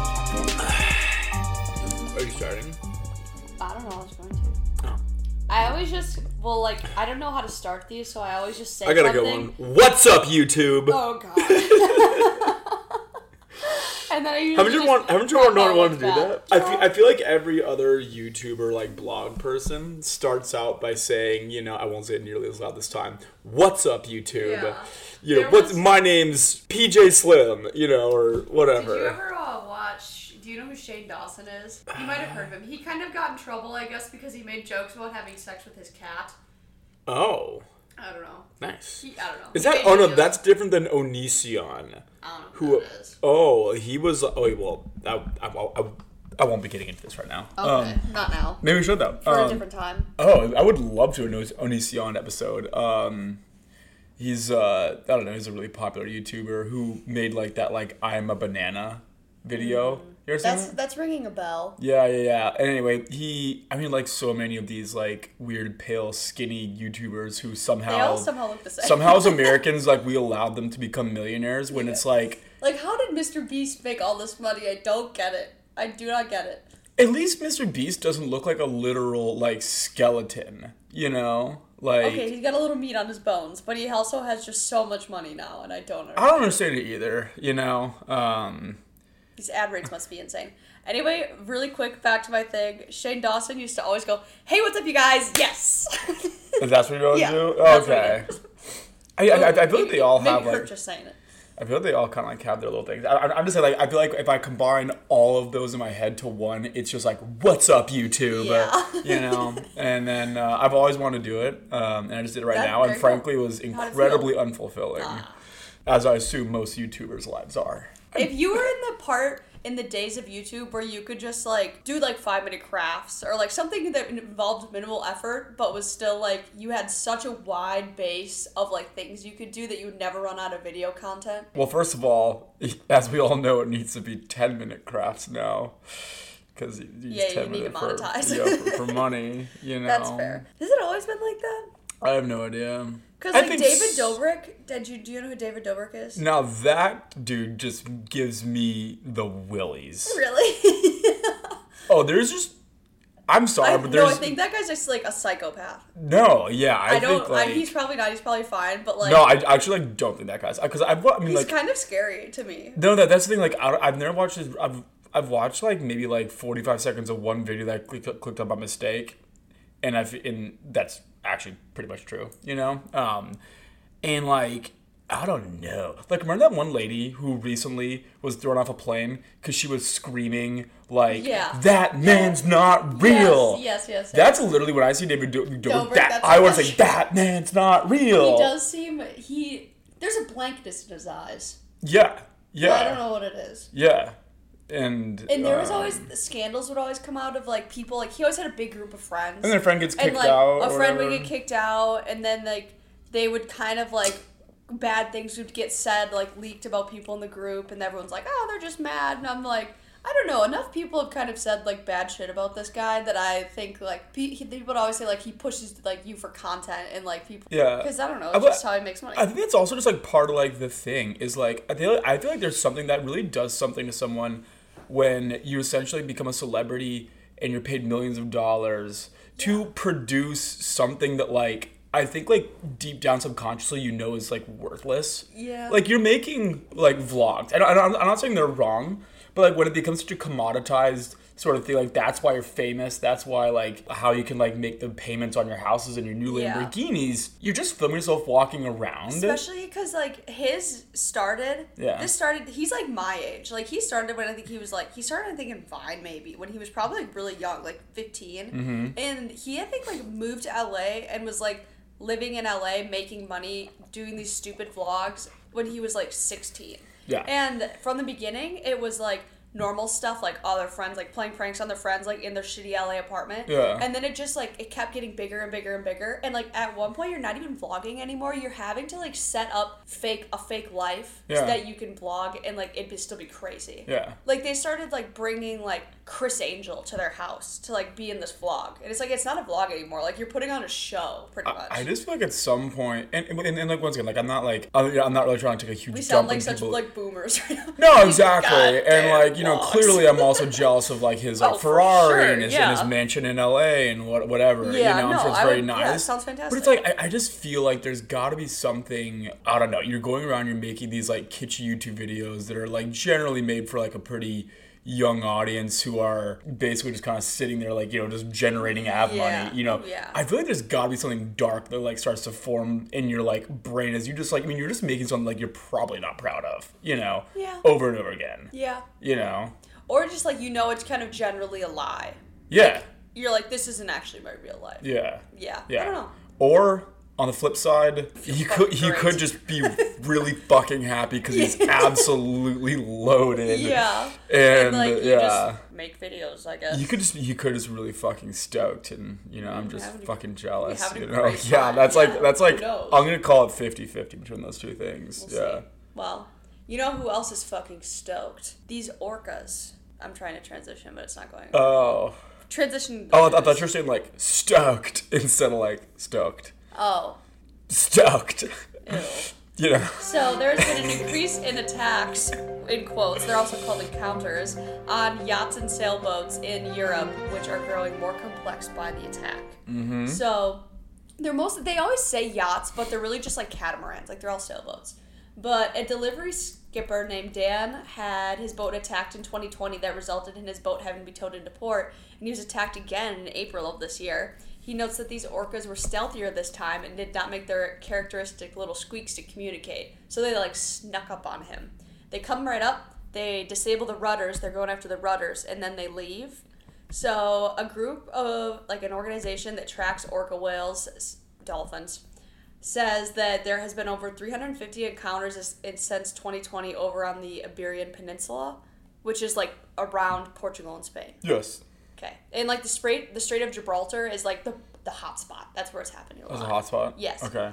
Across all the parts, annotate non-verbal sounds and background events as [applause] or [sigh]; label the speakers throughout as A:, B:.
A: Oh.
B: Well, like I don't know how to start these, so I always just say.
A: I gotta go
B: something.
A: on. What's up, YouTube?
B: Oh god. [laughs] and then I usually
A: haven't you
B: just
A: want? Haven't you
B: pop
A: want? Not
B: out
A: wanted to
B: like
A: do that. I feel, I feel like every other YouTuber, like blog person, starts out by saying, you know, I won't say it nearly as loud this time. What's up, YouTube?
C: Yeah.
A: You know,
C: There
A: what's
C: was-
A: my name's PJ Slim. You know, or
C: Did you
A: whatever.
C: ever uh, watch? Do you know who Shane Dawson is? You might have heard of him. He kind of got in trouble, I guess, because he made jokes about having sex with his cat.
A: Oh,
C: I don't know.
A: nice.
C: He, I don't know.
A: Is
C: He made
A: that? Oh no,
C: videos.
A: that's different than Onision.
C: I don't know who,
A: Who?
C: that is.
A: Oh, he was. Oh wait, well, I, I, I, I won't be getting into this right
C: Oh.
A: now. Uh,
B: Okay, not now.
A: maybe we should though.
B: For a
A: Um,
B: different time.
A: Oh, I would love to an Onision episode. Um, he's uh, I don't know, he's a really popular YouTuber who made like that like I'm a banana video. You
B: Mm.
A: ever seen
B: That's
A: that?
B: that's ringing a bell.
A: Yeah, yeah, yeah. And anyway, he I mean like so many of these like weird pale skinny YouTubers who somehow
B: They all somehow look the [laughs] same.
A: somehow as Americans like we allowed them to become millionaires when it's like
B: Like, how did Mr. Beast make all this money? I don't get it. I do not get it.
A: at least Mr. Beast doesn't look like a literal like skeleton, you know? Like
B: Okay, he's got a little meat on his bones, but he also has just so much money now, and I don't
A: I
B: know.
A: don't understand it either, you know. Um
B: These ad rates must be insane. Anyway, really quick back to my thing. Shane Dawson used to always go, "Hey, what's up, you guys? Yes." [laughs]
A: If that's what you want
B: Yeah,
A: to do,
B: that's what
A: okay. I, I, I feel like they all have
B: Maybe Kurt
A: like
B: just saying it.
A: I feel like they all kind of like have their little things. I, I'm I'm just saying like I feel like if I combine all of those in my head to one, it's just like what's up YouTube,
B: Yeah.
A: you know. And then uh, I've always wanted to do it, um, and I just did it right
B: That'd be
A: now, and
B: very cool.
A: frankly was incredibly unfulfilling,
B: Ah.
A: as I assume most YouTubers' lives are.
B: If you were in the part in the days of YouTube where you could just like do like five minute crafts or like something that involved minimal effort but was still like you had such a wide base of like things you could do that you would never run out of video content.
A: Well, first of all, [laughs] as we all know, it needs to be ten minute crafts now, because you use
B: Yeah, you
A: 10
B: need to
A: minute for-
B: monetize.
A: yeah, for, for
B: [laughs]
A: money. You know,
B: That's fair. Has it always been like that?
A: I have no idea.
B: Because
A: I
B: like
A: think
B: David
A: s-
B: Dobrik, did you do you know who David Dobrik is?
A: Now that dude just gives me the willies. [laughs]
B: Really?
A: Oh, there's just. I'm sorry,
B: I,
A: Uh, but
B: [laughs] no,
A: there's
B: I think that guy's just like a psychopath.
A: no. Yeah, I,
B: I, don't.
A: think like
B: I, he's probably not. He's probably fine. But like,
A: no. I I actually like don't think that guy's because I've wa- I mean
B: he's
A: like
B: kind of scary to me.
A: no that that's the thing like I, don't- I've never watched his I've I've watched like maybe like 45 seconds of one video that I clicked clicked on by mistake, and I've and that's actually pretty much true. You know, um, and like. I don't know. Like, remember that one lady who recently was thrown off a plane because she was screaming like,
B: Yeah.
A: "That man's not real."
B: Yes, yes, yes.
A: That's literally when I see David Do- Do-
B: Dobrik,
A: that
B: that's
A: I would
B: what-
A: say that man's not real.
B: He does seem he. There's a blankness in his eyes.
A: Yeah, yeah,
B: I don't know what it is.
A: yeah, and
B: And there was
A: um,
B: always scandals would always come out of like people like he always had a big group of friends.
A: and then a friend gets kicked
B: and like
A: out.
B: a
A: or
B: friend would
A: whatever.
B: get kicked out, and then like they would kind of like bad things would get said like leaked about people in the group, and everyone's like, oh, they're just mad, and I'm like. I don't know. Enough people have kind of said like bad shit about this guy that I think like pe- he- people would always say like he pushes like you for content and like people
A: Yeah.
B: because I don't know
A: I-
B: it's just how he makes money.
A: I think that's also just like part of like the thing is like I feel I feel like there's something that really does something to someone when you essentially become a celebrity and you're paid millions of dollars to produce something that like I think like deep down subconsciously you know is like worthless.
B: Yeah.
A: Like you're making like vlogs. And I, I'm I'm not saying they're wrong, but like when it becomes such a commoditized sort of thing, like that's why you're famous. That's why like how you can like make the payments on your houses and your new
B: Yeah.
A: Lamborghini bikinis, you're just filming yourself walking around.
B: Especially because like his started.
A: Yeah.
B: This started. He's like my age. Like he started when I think he was like he started I think in Vine maybe when he was probably like, really young, like 15
A: Mm-hmm.
B: And he I think like moved to LA and was like living in LA, making money, doing these stupid vlogs when he was like sixteen.
A: Yeah.
B: And from the beginning, it was like normal stuff like all their friends like playing pranks on their friends like in their shitty LA apartment.
A: Yeah.
B: And then it just like it kept getting bigger and bigger and bigger. And like at one point you're not even vlogging anymore. You're having to like set up fake a fake life
A: Yeah.
B: so that you can vlog and like it'd be, still be crazy.
A: Yeah.
B: Like they started like bringing like Chris Angel to their house to like be in this vlog. And it's like it's not a vlog anymore. Like you're putting on a show pretty much.
A: I just feel like at some point, and, and, and like once again, like I'm not like I'm I'm not really trying to take a huge
B: we
A: jump
B: sound
A: in
B: like such
A: people.
B: like boomers right now. [laughs]
A: no, exactly, and
B: Goddamn
A: like you know,
B: vlogs.
A: clearly I'm also jealous of like his like
B: Oh, for
A: Ferrari
B: sure,
A: and, his, and
B: yeah.
A: his mansion in L.A. and what whatever.
B: Yeah,
A: you know, I'm
B: no,
A: sure it's
B: I
A: very
B: would-
A: nice.
B: yeah, it sounds
A: But it's like I, I just feel like there's got to be something. I don't know. You're going around, you're making these like kitschy YouTube videos that are like generally made for like a pretty young audience who are basically just kind of sitting there like you know just generating ad
B: Yeah,
A: money you know
B: yeah.
A: i feel like there's gotta be something dark that like starts to form in your like brain as you just like i mean you're just making something like you're probably not proud of you know
B: Yeah.
A: over and over again
B: Yeah.
A: you know
B: Or just like you know it's kind of generally a lie.
A: yeah
B: You're like, this isn't actually my real life.
A: yeah
B: Yeah.
A: yeah
B: I don't know.
A: or on the flip side he could he
B: great.
A: could
B: [laughs]
A: just be really fucking happy because he's absolutely
B: [laughs]
A: loaded
B: Yeah.
A: and,
B: like you
A: yeah
B: just make videos, I guess.
A: you could just you could just really fucking stoked and you know I'm just
B: having a-
A: fucking jealous.
B: having
A: You
B: a
A: know? [laughs]
B: great
A: Yeah,
B: time.
A: that's like
B: Yeah,
A: that's
B: who
A: like
B: knows?
A: I'm gonna call it 50-50 between those two things.
B: We'll
A: yeah.
B: see. Well, you know who else is fucking stoked? These orcas. I'm trying to transition, but it's not going.
A: Oh.
B: transition.
A: Oh, I, th- I thought you were saying like stoked [laughs] instead of like stoked.
B: Oh,
A: Stoked. [laughs]
B: ew.
A: you know.
B: So there's been an increase in attacks, in quotes, they're also called encounters, on yachts and sailboats in Europe, which are growing more complex by the attack.
A: Mm-hmm.
B: So they're most they always say yachts, but they're really just like catamarans, like they're all sailboats. But a delivery skipper named Dan had his boat attacked in 2020 that resulted in his boat having to be towed into port, and he was attacked again in April of this year. He notes that these orcas were stealthier this time and did not make their characteristic little squeaks to communicate, so they like snuck up on him. They come right up, they disable the rudders, they're going after the rudders, and then they leave. So a group of like an organization that tracks orca whales, s- dolphins, says that there has been over 350 encounters s- in- since 2020 over on the Iberian Peninsula, which is like around Portugal and Spain.
A: Yes.
B: Okay, and like the Strait, the Strait of Gibraltar is like the the hot spot. That's where it's happening a
A: That's a
B: lot.
A: hot spot.
B: Yes. Uh,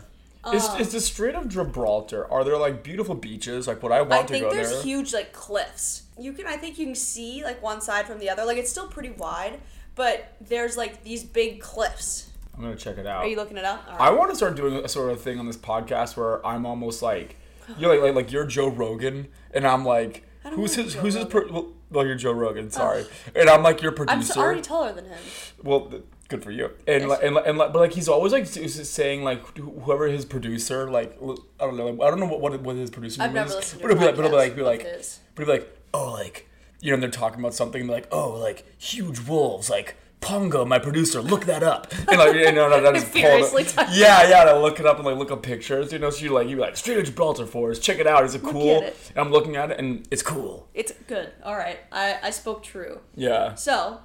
A: Okay. is, is the Strait of Gibraltar? Are there like beautiful beaches? Like, would I want
B: I
A: to
B: think
A: go
B: there's
A: there?
B: huge like cliffs. You can I think you can see like one side from the other. Like it's still pretty wide, but there's like these big cliffs.
A: I'm gonna check it out.
B: Are you looking it up? All
A: I want to start doing a sort of thing on this podcast where I'm
B: [sighs]
A: almost like you're like like, like you're Joe Rogan and I'm like
B: I don't
A: who's
B: like
A: his
B: Joe
A: who's his pro- well, well you're Joe Rogan sorry
B: [sighs]
A: and I'm like your
B: I'm so
A: producer
B: already taller than him.
A: well th- good for you and
B: Yes.
A: like, and like, and like, but like he's always like s- s- saying like wh- whoever his producer like l- I don't know like, I don't know what what, what his producer
B: I've
A: name
B: never
A: is,
B: listened to
A: but it'll be
B: a
A: like but it'll be like be
B: podcast
A: like
B: of his.
A: but it'll be like oh like you know and they're talking about something and they're like oh like huge wolves like. Pongo, my producer, look that up. And like, you know,
B: [laughs]
A: that is
B: Furiously typing.
A: yeah, yeah, to look it up and like look up pictures, you know. So you like you like Strait of Gibraltar Forest, check it out. Is it cool?
B: at it.
A: And I'm looking at it and it's cool.
B: It's good. All right. I, I spoke true.
A: Yeah.
B: So,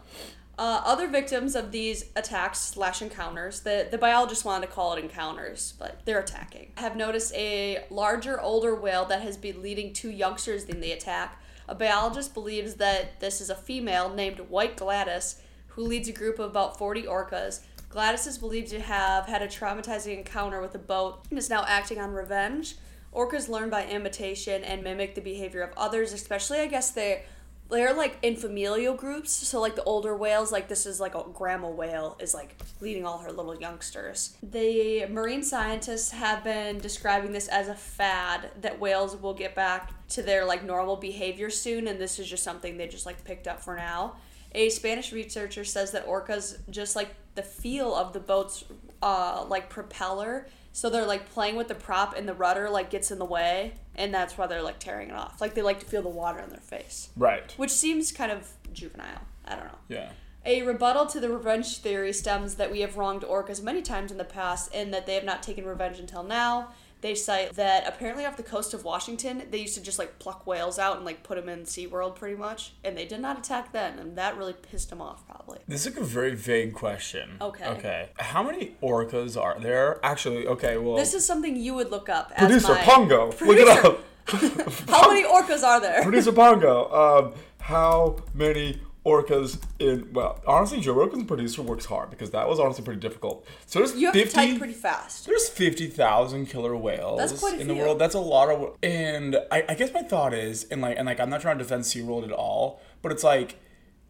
B: uh, other victims of these attacks slash encounters, the, the biologists wanted to call it encounters, but they're attacking, have noticed a larger, older whale that has been leading two youngsters in the attack. A biologist believes that this is a female named White Gladys who leads a group of about 40 orcas. Gladys is believed to have had a traumatizing encounter with a boat and is now acting on revenge. Orcas learn by imitation and mimic the behavior of others, especially, I guess, they they're like in familial groups so like the older whales like this is like a grandma whale is like leading all her little youngsters the marine scientists have been describing this as a fad that whales will get back to their like normal behavior soon and this is just something they just like picked up for now a spanish researcher says that orcas just like the feel of the boat's uh like propeller so they're like playing with the prop and the rudder like gets in the way and that's why they're like tearing it off like they like to feel the water on their face
A: Right.
B: which seems kind of juvenile. I don't know.
A: Yeah.
B: A rebuttal to the revenge theory stems that we have wronged orcas many times in the past and that they have not taken revenge until now. They cite that apparently off the coast of Washington, they used to just like pluck whales out and like put them in SeaWorld pretty much, and they did not attack then, and that really pissed them off probably.
A: This is like a very vague question.
B: Okay.
A: Okay. How many orcas are there? Actually, okay, well.
B: This is something you would look up as
A: producer
B: my-
A: Pongo. Look it
B: Producer.
A: up.
B: How many orcas are there?
A: [laughs] producer Pongo. Um, how many orcas in. Well, honestly, Joe Rogan's producer works hard because that was honestly pretty difficult. So there's
B: You have
A: 50.
B: to type pretty fast.
A: there's 50,000 killer whales
B: That's quite a
A: in the
B: few.
A: world. That's a lot of and I, I guess my thought is and like and like I'm not trying to defend SeaWorld at all, but it's like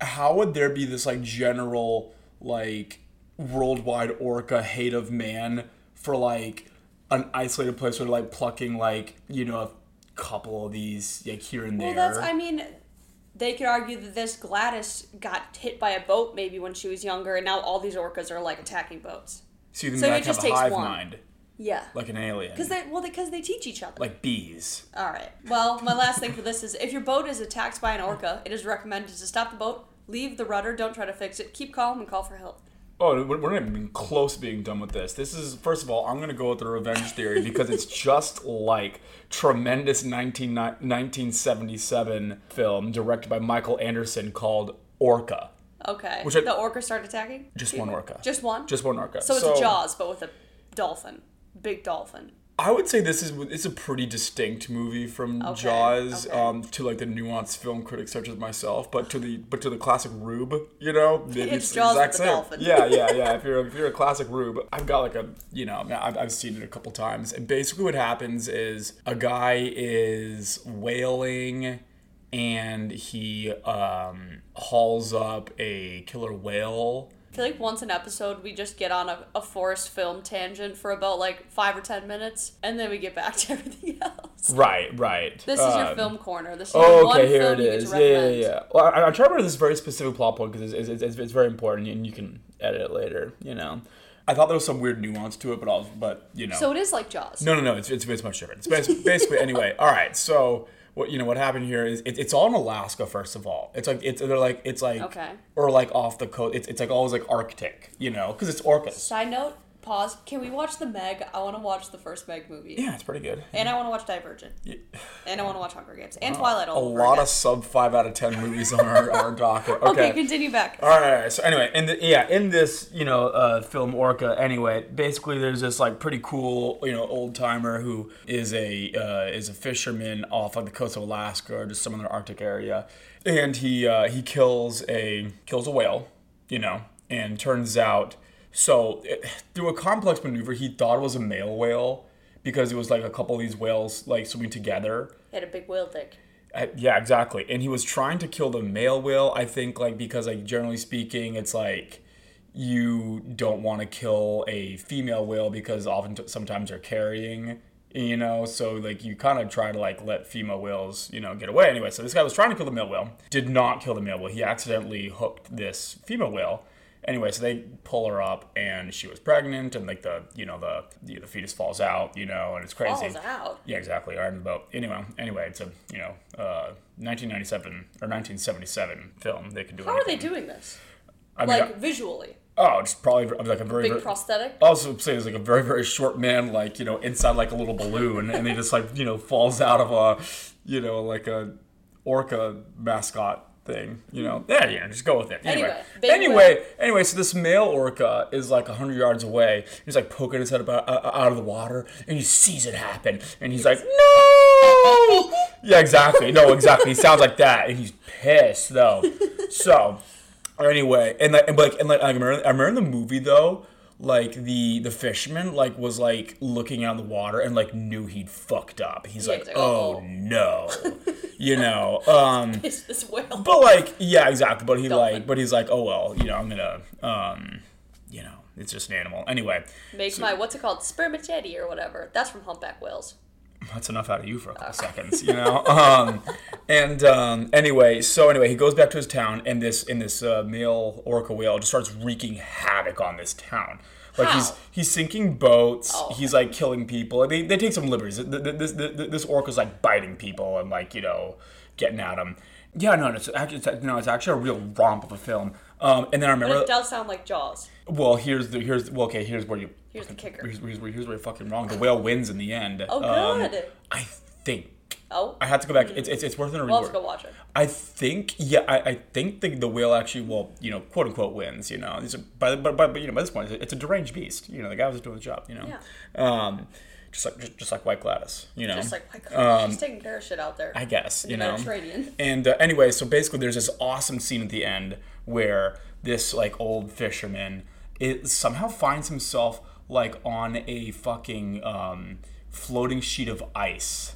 A: how would there be this like general like worldwide orca hate of man for like an isolated place where like plucking like you know a couple of these like here and
B: Well,
A: there?
B: that's, I mean, they could argue that this Gladys got hit by a boat maybe when she was younger, and now all these orcas are like attacking boats.
A: so you think
B: so it
A: I have
B: just
A: a
B: takes
A: hive
B: one.
A: mind
B: Yeah.
A: like an alien,
B: Because they, well, because they teach each other.
A: like bees.
B: All right. Well, my last thing for this is if your boat is attacked by an orca, it is recommended to stop the boat, leave the rudder, don't try to fix it, keep calm, and call for help.
A: Oh, we're we're not even close to being done with this. This is, first of all, I'm going to go with the revenge theory
B: [laughs]
A: because it's just like tremendous 19, 1977 film directed by Michael Anderson called Orca.
B: Okay.
A: Which I-
B: the orca start attacking?
A: Just one orca.
B: Just one?
A: Just one orca.
B: So it's Jaws, but with a dolphin. Big dolphin.
A: I would say this is it's a pretty distinct movie from
B: Okay,
A: Jaws
B: okay.
A: Um, to like the nuanced film critics such as myself, but to the but to the classic Rube,
B: [laughs]
A: you know, maybe
B: It's
A: the
B: Jaws with
A: exact
B: the
A: same.
B: dolphin. [laughs]
A: Yeah, yeah, yeah. if you're if you're a classic Rube, I've got like a you know I've, I've seen it a couple times, and basically what happens is a guy is whaling. And he um, hauls up a killer whale.
B: I feel like once an episode we just get on a, a forest film tangent for about like five or ten minutes, and then we get back [laughs] to everything else.
A: Right, right.
B: This is your
A: Um,
B: film corner. This is
A: Oh,
B: your one
A: okay, here
B: film
A: it
B: you get
A: is.
B: to
A: Yeah, yeah,
B: recommend.
A: yeah. Well, I, I'm trying to remember this very specific plot point because it's, it's, it's, it's very important and you can edit it later, you know. I thought there was some weird nuance to it, but I'll, but you know.
B: So it is like Jaws.
A: no, no, no. It's, it's, it's much different. It's basically, basically anyway. [laughs] All right. So what you know what happened here is it, it's all in Alaska. First of all, it's like it's they're like it's like
B: Okay.
A: or like off the coast. It's, it's like always like Arctic, you know, because it's orcas.
B: Side note, pause. Can we watch the Meg? I want to watch the first Meg movie.
A: Yeah, it's pretty good.
B: And I want to watch Divergent. And I want to watch Hunger Games. And Twilight
A: Oh, A
B: all over
A: lot
B: again.
A: of sub five out of ten movies on our, our docket.
B: [laughs] Okay, continue back.
A: All right, all right. So anyway, in the yeah, in this you know uh, film Orca. Anyway, basically there's this like pretty cool you know old timer who is a uh, is a fisherman off of the coast of Alaska or just some other Arctic area, and he uh, he kills a kills a whale, you know, and turns out so it, through a complex maneuver he thought it was a male whale because it was like a couple of these whales like swimming together.
B: Had a big whale dick.
A: Uh, yeah, exactly. And he was trying to kill the male whale, I think, like because like generally speaking, it's like you don't want to kill a female whale because often sometimes they're carrying, you know. So like you kind of try to like let female whales, you know, get away. Anyway, so this guy was trying to kill the male whale, did not kill the male whale. He accidentally hooked this female whale. Anyway, so they pull her up, and she was pregnant, and like the you know the the, the fetus falls out, you know, and it's crazy.
B: Falls out.
A: Yeah, exactly. Iron the Boat. Anyway, anyway, it's a you know uh, 1997 or 1977 film. They can do.
B: How are they
A: anything.
B: doing this?
A: I mean,
B: Like, visually.
A: oh, it's probably like a very.
B: Big
A: very
B: prosthetic.
A: also, say it's like a very very short man, like you know, inside like a little balloon, and he just like you know falls out of a, you know, like a orca mascot thing. You know, yeah, yeah, just go with it. Anyway,
B: Anyway, big
A: anyway, anyway, so this male orca is like hundred yards away. He's like poking his head about, uh, out of the water, and he sees it happen, and he's like, "No!" yeah, exactly. No, exactly. He sounds like that, and he's pissed though. So, anyway, and like, and like, and like, I remember, I remember in the movie though. Like the the fisherman like was like looking out of the water and like knew he'd fucked up. He's
B: Yeah,
A: like,
B: he's like,
A: oh,
B: "Uh-oh." [laughs]
A: no, you know. Um,
B: [laughs] Is this whale?
A: but like, yeah, exactly. But he
B: Dolphin.
A: like, but he's like, oh well, you know, I'm gonna, um, you know, it's just an animal. Anyway,
B: Make my, what's it called? Spermaceti or whatever. That's from humpback whales.
A: that's enough out of you for a couple seconds, you know. [laughs] Um, and um, anyway, so anyway, he goes back to his town, and this and this uh, male orca whale just starts wreaking havoc on this town. Like he's
B: How?
A: he's sinking boats.
B: Oh.
A: He's like killing people. They, they take some liberties. Th- th- This th- th- this orca's like biting people and like you know getting at them. Yeah, no, no, it's actually it's, no, it's actually a real romp of a film. Um, and then I remember
B: But it does sound like Jaws.
A: Well, here's the here's well, okay. Here's where you
B: Here's the kicker.
A: Here's, here's where, here's where you're fucking wrong. The whale wins in the end.
B: Oh,
A: Um,
B: good.
A: I think
B: Oh,
A: I have to go back. It's it's, it's worth it a
B: we'll
A: reward.
B: have to go watch it.
A: I think yeah. I, I think the, the whale actually well you know quote unquote wins. You know, it's a, by but but but you know by this point it's a, it's a deranged beast. You know, the guy was doing the job. You know, um, just like just, just like White Gladys. You know,
B: Just like, my God,
A: Um,
B: she's taking care of shit out there.
A: I guess you
B: the
A: know.
B: Mediterranean.
A: And uh, anyway, so basically, there's this awesome scene at the end where this like old fisherman it somehow finds himself like on a fucking um, floating sheet of ice,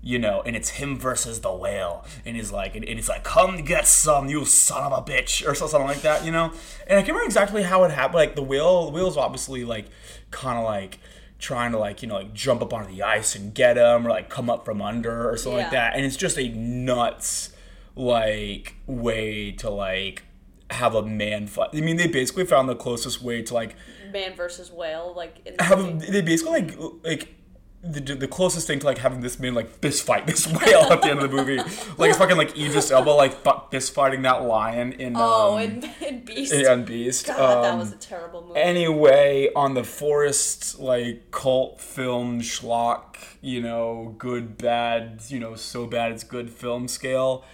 A: you know, and it's him versus the whale, and he's like, and, and he's like, come get some, you son of a bitch, or so- something like that, you know. And I can't remember exactly how it happened. Like the whale, the whale's obviously like, kind of like trying to like you know like jump up onto the ice and get him, or like come up from under, or something like
B: Yeah.
A: that. And it's just a nuts like way to like have a man fight. I mean, they basically found the closest way to like
B: Man versus whale, like
A: [laughs]
B: in
A: have they basically like like the, the closest thing to like having this man like fist fight this [laughs] whale at the end of the movie like it's fucking like Idris Elba like fu- fist fighting that lion in
B: Oh,
A: um,
B: and, and Beast.
A: in Beast
B: God, that
A: Um,
B: was a terrible movie.
A: anyway on the forest like cult film schlock you know good bad you know so bad it's good film scale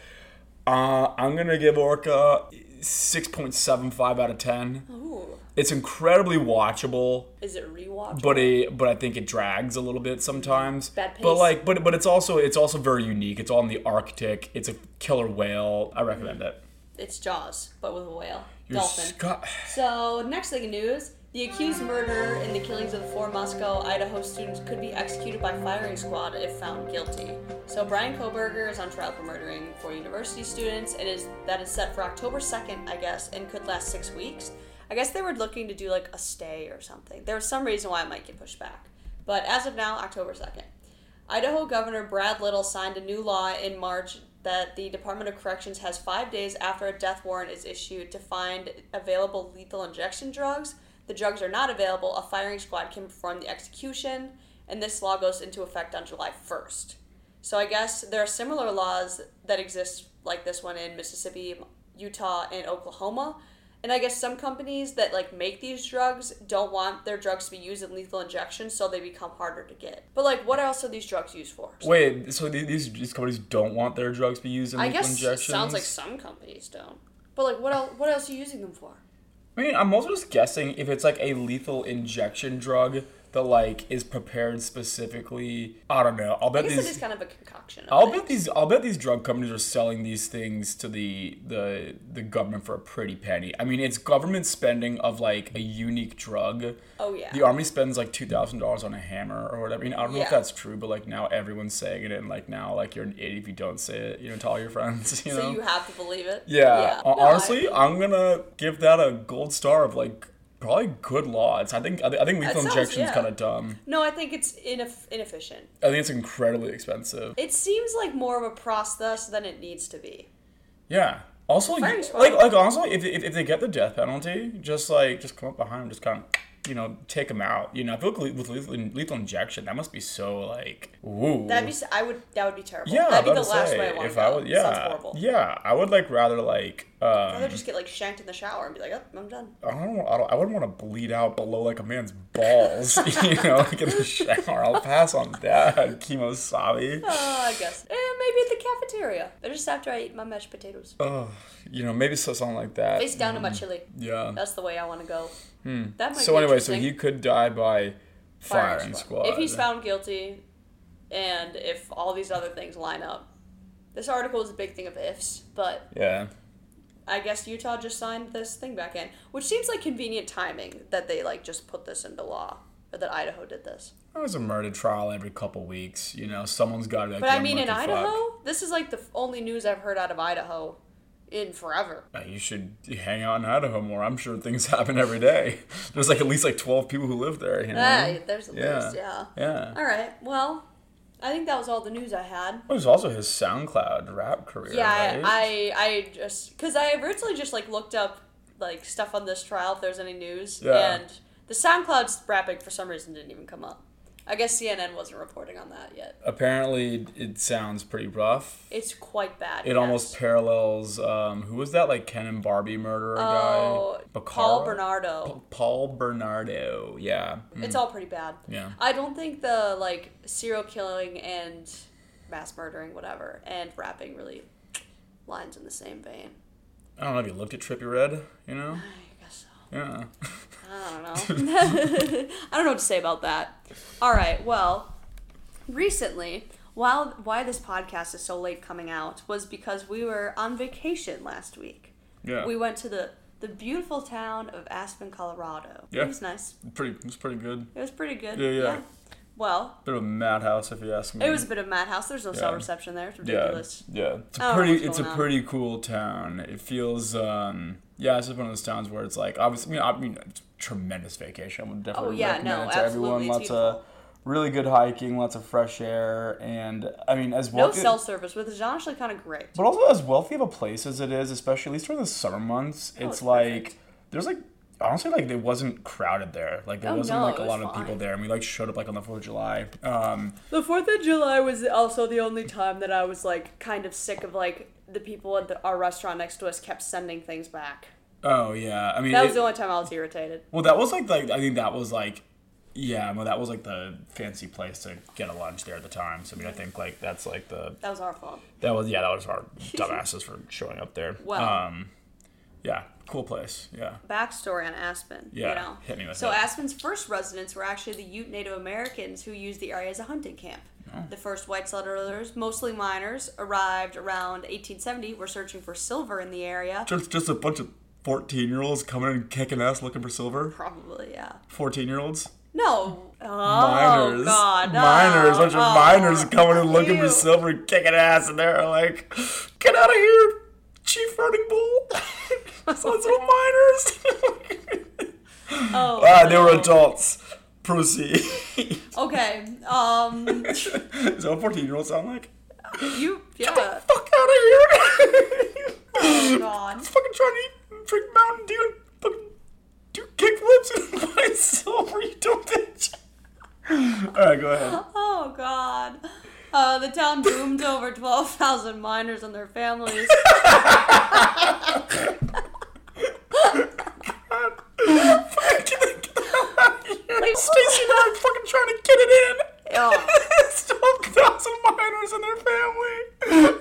A: uh, I'm gonna give Orca 6.75 out of 10
B: Ooh,
A: it's incredibly watchable
B: is it rewatch?
A: but a but I think it drags a little bit sometimes.
B: Bad pace.
A: But like but but it's also it's also very unique. It's all in the Arctic. It's a killer whale. I recommend it.
B: it's Jaws, but with a whale,
A: You're
B: Mm. dolphin.
A: Scot-
B: So, next thing in news the accused murderer in the killings of the four Moscow, Idaho students could be executed by firing squad if found guilty. So, Brian Koberger is on trial for murdering four university students, and is that is set for October 2nd, I guess, and could last six weeks. I guess they were looking to do like a stay or something. There was some reason why it might get pushed back. But as of now, October 2nd. Idaho Governor Brad Little signed a new law in March that the Department of Corrections has five days after a death warrant is issued to find available lethal injection drugs. The drugs are not available, a firing squad can perform the execution, and this law goes into effect on July 1st. So I guess there are similar laws that exist like this one in Mississippi, Utah, and Oklahoma. And I guess some companies that like make these drugs don't want their drugs to be used in lethal injections, so they become harder to get. But like, what else are these drugs used for?
A: Wait, so the- these these companies don't want their drugs to be used in
B: I
A: lethal
B: guess it
A: injections?
B: sounds like some companies don't. But like, what else? What else are you using them for?
A: I mean, I'm also just guessing if it's like a lethal injection drug that like is prepared specifically. I don't know. I'll
B: I
A: bet
B: guess it is
A: these.
B: kind of a concoction. Of
A: I'll
B: things.
A: bet these. I'll bet these drug companies are selling these things to the the the government for a pretty penny. I mean, it's government spending of like a unique drug.
B: Oh yeah.
A: The army spends like two thousand dollars on a hammer or whatever. I mean, I don't know
B: Yeah.
A: if that's true, but like now everyone's saying it, and like now like you're an idiot if you don't say it. You know, to all your friends. [laughs] You
B: so
A: know.
B: you have to believe it.
A: yeah. Hon-
B: No, I-
A: Honestly, I, am gonna give that a gold star of like probably good law. It's I think I, thi- I think lethal
B: sounds-
A: injection's
B: yeah.
A: kind of dumb.
B: no, I think it's ineff- inefficient.
A: I think it's incredibly expensive.
B: It seems like more of a process than it needs to be.
A: Yeah. Also, you-
B: Thanks,
A: like,
B: Rob.
A: like honestly, if, if, if they get the death penalty, just like just come up behind them, just kind of you know take them out. You know, I feel like le- with lethal, lethal injection, that must be so like ooh.
B: That'd be s- I would that would be terrible.
A: yeah.
B: That'd be
A: about
B: the
A: to
B: last
A: say,
B: way I want
A: if
B: to
A: I
B: go.
A: would,
B: Sounds
A: yeah,
B: horrible.
A: yeah, I would like rather like
B: I'd
A: um,
B: rather just get like shanked in the shower and be like, oh, I'm [laughs] done.
A: I don't, want- I don't I wouldn't want to bleed out below like a man's balls. [laughs] you know, like in the shower. I'll pass on that.
B: [laughs]
A: Kemosabe.
B: Oh, I guess. Eh, maybe at the cafeteria. But just after I eat my mashed potatoes.
A: Oh, you know, maybe so- something like that.
B: Face down in my chili.
A: Yeah.
B: That's the way I want to go. That might
A: So
B: be
A: anyway, so
B: interesting.
A: he could die by firing, squad.
B: If he's found guilty, and if all these other things line up, this article is a big thing of ifs. But
A: Yeah.
B: I guess Utah just signed this thing back in, which seems like convenient timing that they like just put this into law, or that Idaho did this.
A: It was a murder trial every couple weeks. You know, someone's got to.
B: But I mean, in Idaho, this is like the f- only news I've heard out of Idaho in forever.
A: you should hang out in Idaho more. I'm sure things [laughs] happen every day. There's like at least like 12 people who live there. You know?
B: Ah, there's a
A: Yeah.
B: list, yeah.
A: Yeah.
B: All right, well, I think that was all the news I had.
A: It was also his SoundCloud rap career.
B: Yeah,
A: right?
B: I, I I just because I originally just like looked up like stuff on this trial if there's any news,
A: Yeah.
B: and the SoundCloud's rapping for some reason didn't even come up. I guess CNN wasn't reporting on that yet.
A: Apparently, it sounds pretty rough.
B: It's quite bad.
A: It almost
B: yes.
A: parallels um, who was that like Ken and Barbie murderer
B: Oh,
A: guy?
B: Paul
A: Bacaro?
B: Bernardo.
A: Paul Bernardo. Yeah. Mm,
B: It's all pretty bad.
A: yeah.
B: I don't think the like serial killing and mass murdering, whatever, and rapping really lines in the same vein.
A: I don't know if you looked at Trippy Red. You know.
B: I guess so.
A: Yeah.
B: I don't know. I
A: [laughs]
B: don't know [laughs] what to say about that. All right. Well, recently, while why this podcast is so late coming out was because we were on vacation last week.
A: Yeah.
B: We went to the the beautiful town of Aspen, Colorado.
A: Yeah.
B: It was nice.
A: pretty. It's pretty good.
B: It was pretty good.
A: Yeah, yeah.
B: Well,
A: Bit of a madhouse, if you ask me.
B: it was a bit of madhouse. There's no cell
A: Yeah.
B: reception there. It's
A: yeah,
B: ridiculous.
A: yeah. It's
B: I
A: a
B: don't know what's
A: pretty, it's a
B: going on.
A: pretty cool town. It feels, um, yeah, it's just one of those towns where it's like, obviously, I mean, I mean, it's a tremendous vacation. I would definitely
B: Oh, yeah,
A: recommend
B: no,
A: it to everyone.
B: absolutely,
A: Lots
B: it's
A: of really good hiking, lots of fresh air, and I mean, as
B: No
A: well.
B: cell service, which is honestly kind of great.
A: But also as wealthy of a place as it is, especially at least during the summer months,
B: Oh,
A: it's
B: it's
A: like
B: perfect.
A: there's like honestly like it wasn't crowded there. Like there
B: Oh,
A: wasn't
B: no,
A: like
B: it
A: a
B: was
A: lot of
B: fine.
A: people there, and we like showed up like on the Fourth of July. Um,
B: The Fourth of July was also the only time that I was like kind of sick of like the people at the, our restaurant next to us kept sending things back.
A: oh yeah, I mean,
B: That was
A: it-
B: the only time I was irritated.
A: well, that was like like I think that was like. Yeah, well, that was like the fancy place to get a lunch there at the time. So I mean, I think like that's like the
B: That was our fault.
A: that was yeah that
B: [laughs]
A: was our dumbasses for showing up there.
B: Well.
A: um, yeah, cool place. Yeah,
B: Backstory on Aspen.
A: Yeah,
B: You know?
A: hit me with
B: so
A: it.
B: Aspen's first residents were actually the Ute Native Americans who used the area as a hunting camp.
A: Oh.
B: The first white settlers, mostly miners, arrived around 1870. Were searching for silver in the area.
A: just just a bunch of fourteen year olds coming in kicking ass looking for silver.
B: Probably, yeah.
A: Fourteen year olds.
B: No. Oh
A: miners,
B: God. No.
A: miners, bunch of
B: Oh.
A: miners coming and looking for
B: Ew.
A: silver, and kicking ass, and they're like, "Get out of here, Chief Running Bull!" [laughs] Those little miners.
B: [laughs] Oh,
A: ah, they were
B: no.
A: adults. Proceed. [laughs]
B: Okay. Um.
A: Is that what fourteen-year-olds sound like?
B: You. Yeah.
A: Fuck out of here! [laughs]
B: Oh, God.
A: Fucking trying to eat, drink Mountain Dew, and fucking do kickflips [laughs] and buy silver. You dumb bitch. All right, go ahead.
B: Oh God. Uh, the town boomed over 12,000 miners and their
A: [laughs]
B: families.
A: Stacy and I are fucking trying to get it in. [laughs]
B: Oh.
A: It's 12,000 miners and their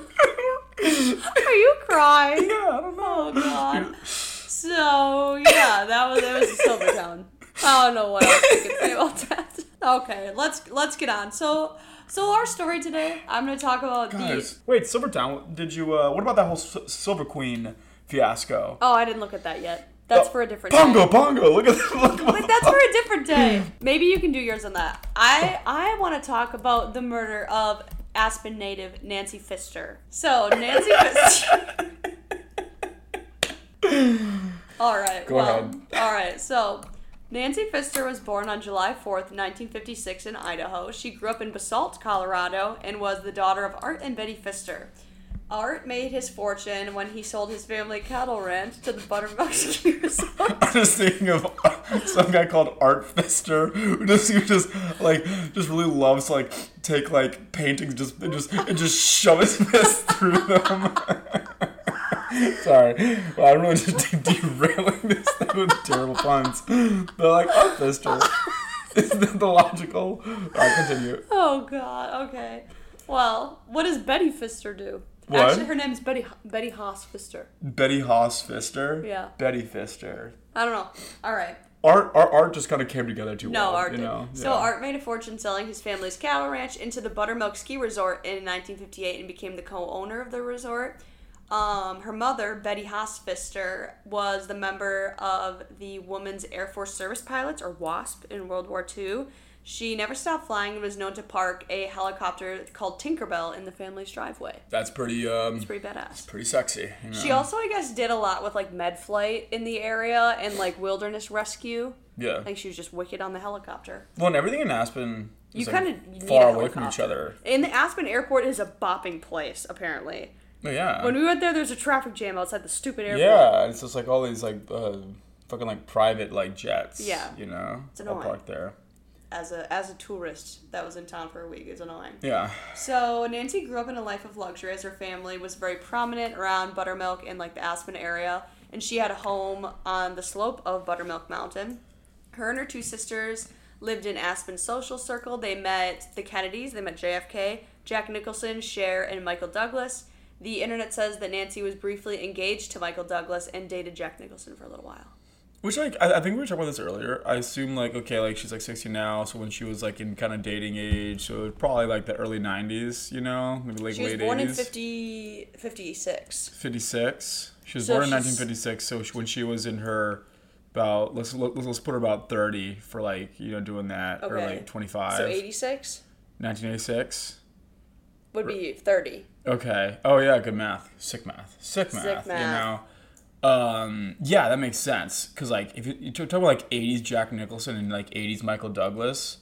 B: [laughs]
A: family.
B: Are you crying?
A: yeah, I don't
B: Oh
A: know.
B: God. So yeah, that was it was a silver town. I don't know what else I can say about that. Okay, let's let's get on. So so our story today, I'm gonna talk about the.
A: Wait, Silvertown, did you, uh, what about that whole S- Silver Queen fiasco? Oh,
B: Oh, I didn't look at that yet. That's for a different. time.
A: Pongo, Pongo, look at [laughs] that. Look
B: But that's for a different
A: [laughs]
B: day. Maybe you can do yours on that. I I want to talk about the murder of Aspen native Nancy Fister. So Nancy
A: [laughs]
B: Fister. all right.
A: Go
B: well,
A: ahead.
B: all right. So. Nancy Fister was born on July 4th, 1956, in Idaho. She grew up in Basalt, Colorado, and was the daughter of Art and Betty Fister. Art made his fortune when he sold his family cattle ranch to the Buttermilk [laughs] Ski Resort.
A: I'm just thinking of [laughs] some guy called Art Fister who just who just like just really loves to, like take like paintings just and just and just shove his [laughs] fist through them. [laughs] Sorry, well, I'm really just de- derailing this thing with terrible puns. But like Art Fister, isn't that the logical? I continue.
B: Oh God. Okay. Well, what does Betty Fister do?
A: What?
B: Actually, her name is Betty Betty Haas Fister.
A: Betty Haas Fister.
B: Yeah.
A: Betty Fister.
B: I don't know. All right.
A: Art art, art just kind of came together too
B: No,
A: well.
B: Art
A: you
B: did.
A: know?
B: So
A: Yeah.
B: Art made a fortune selling his family's cattle ranch into the Buttermilk Ski Resort in 1958 and became the co-owner of the resort. Um, her mother, Betty Haas Fister, was the member of the Woman's Air Force Service Pilots, or WASP, in World War II. She never stopped flying and was known to park a helicopter called Tinkerbell in the family's driveway.
A: That's pretty um
B: Pretty badass.
A: pretty sexy. You know?
B: She also, I guess, did a lot with like med flight in the area and like wilderness rescue.
A: yeah.
B: I think she was just wicked on the helicopter.
A: Well, and everything in Aspen
B: You
A: is like,
B: kind of
A: far away from each other.
B: And the Aspen airport is a bopping place, apparently.
A: Oh, yeah.
B: When we went there, there's a traffic jam outside the stupid airport.
A: yeah, it's just like all these like uh, fucking like private like jets.
B: Yeah.
A: You know,
B: It's
A: all
B: annoying.
A: parked there.
B: As a as a tourist that was in town for a week, it's annoying.
A: Yeah.
B: So Nancy grew up in a life of luxury as her family was very prominent around Buttermilk and like the Aspen area, and she had a home on the slope of Buttermilk Mountain. Her and her two sisters lived in Aspen social circle. They met the Kennedys, they met JFK, Jack Nicholson, Cher, and Michael Douglas. The internet says that Nancy was briefly engaged to Michael Douglas and dated Jack Nicholson for a little while.
A: Which like I, I think we were talking about this earlier. I assume like okay, like she's like sixty now, so when she was like in kind of dating age, so it was probably like the early nineties, you know, maybe like
B: She was
A: late
B: born in
A: eighties.
B: 50, 56.
A: Fifty six. She was
B: So
A: born in
B: she's-
A: nineteen fifty six, so she, when she was in her about let's let's, let's put her about 30 for like you know doing that or
B: Okay.
A: like 25
B: So 86
A: 1986
B: would be 30.
A: okay oh yeah good math sick math sick math,
B: math.
A: you know um yeah that makes sense because like if you, you talk about like 80s jack nicholson and like 80s michael douglas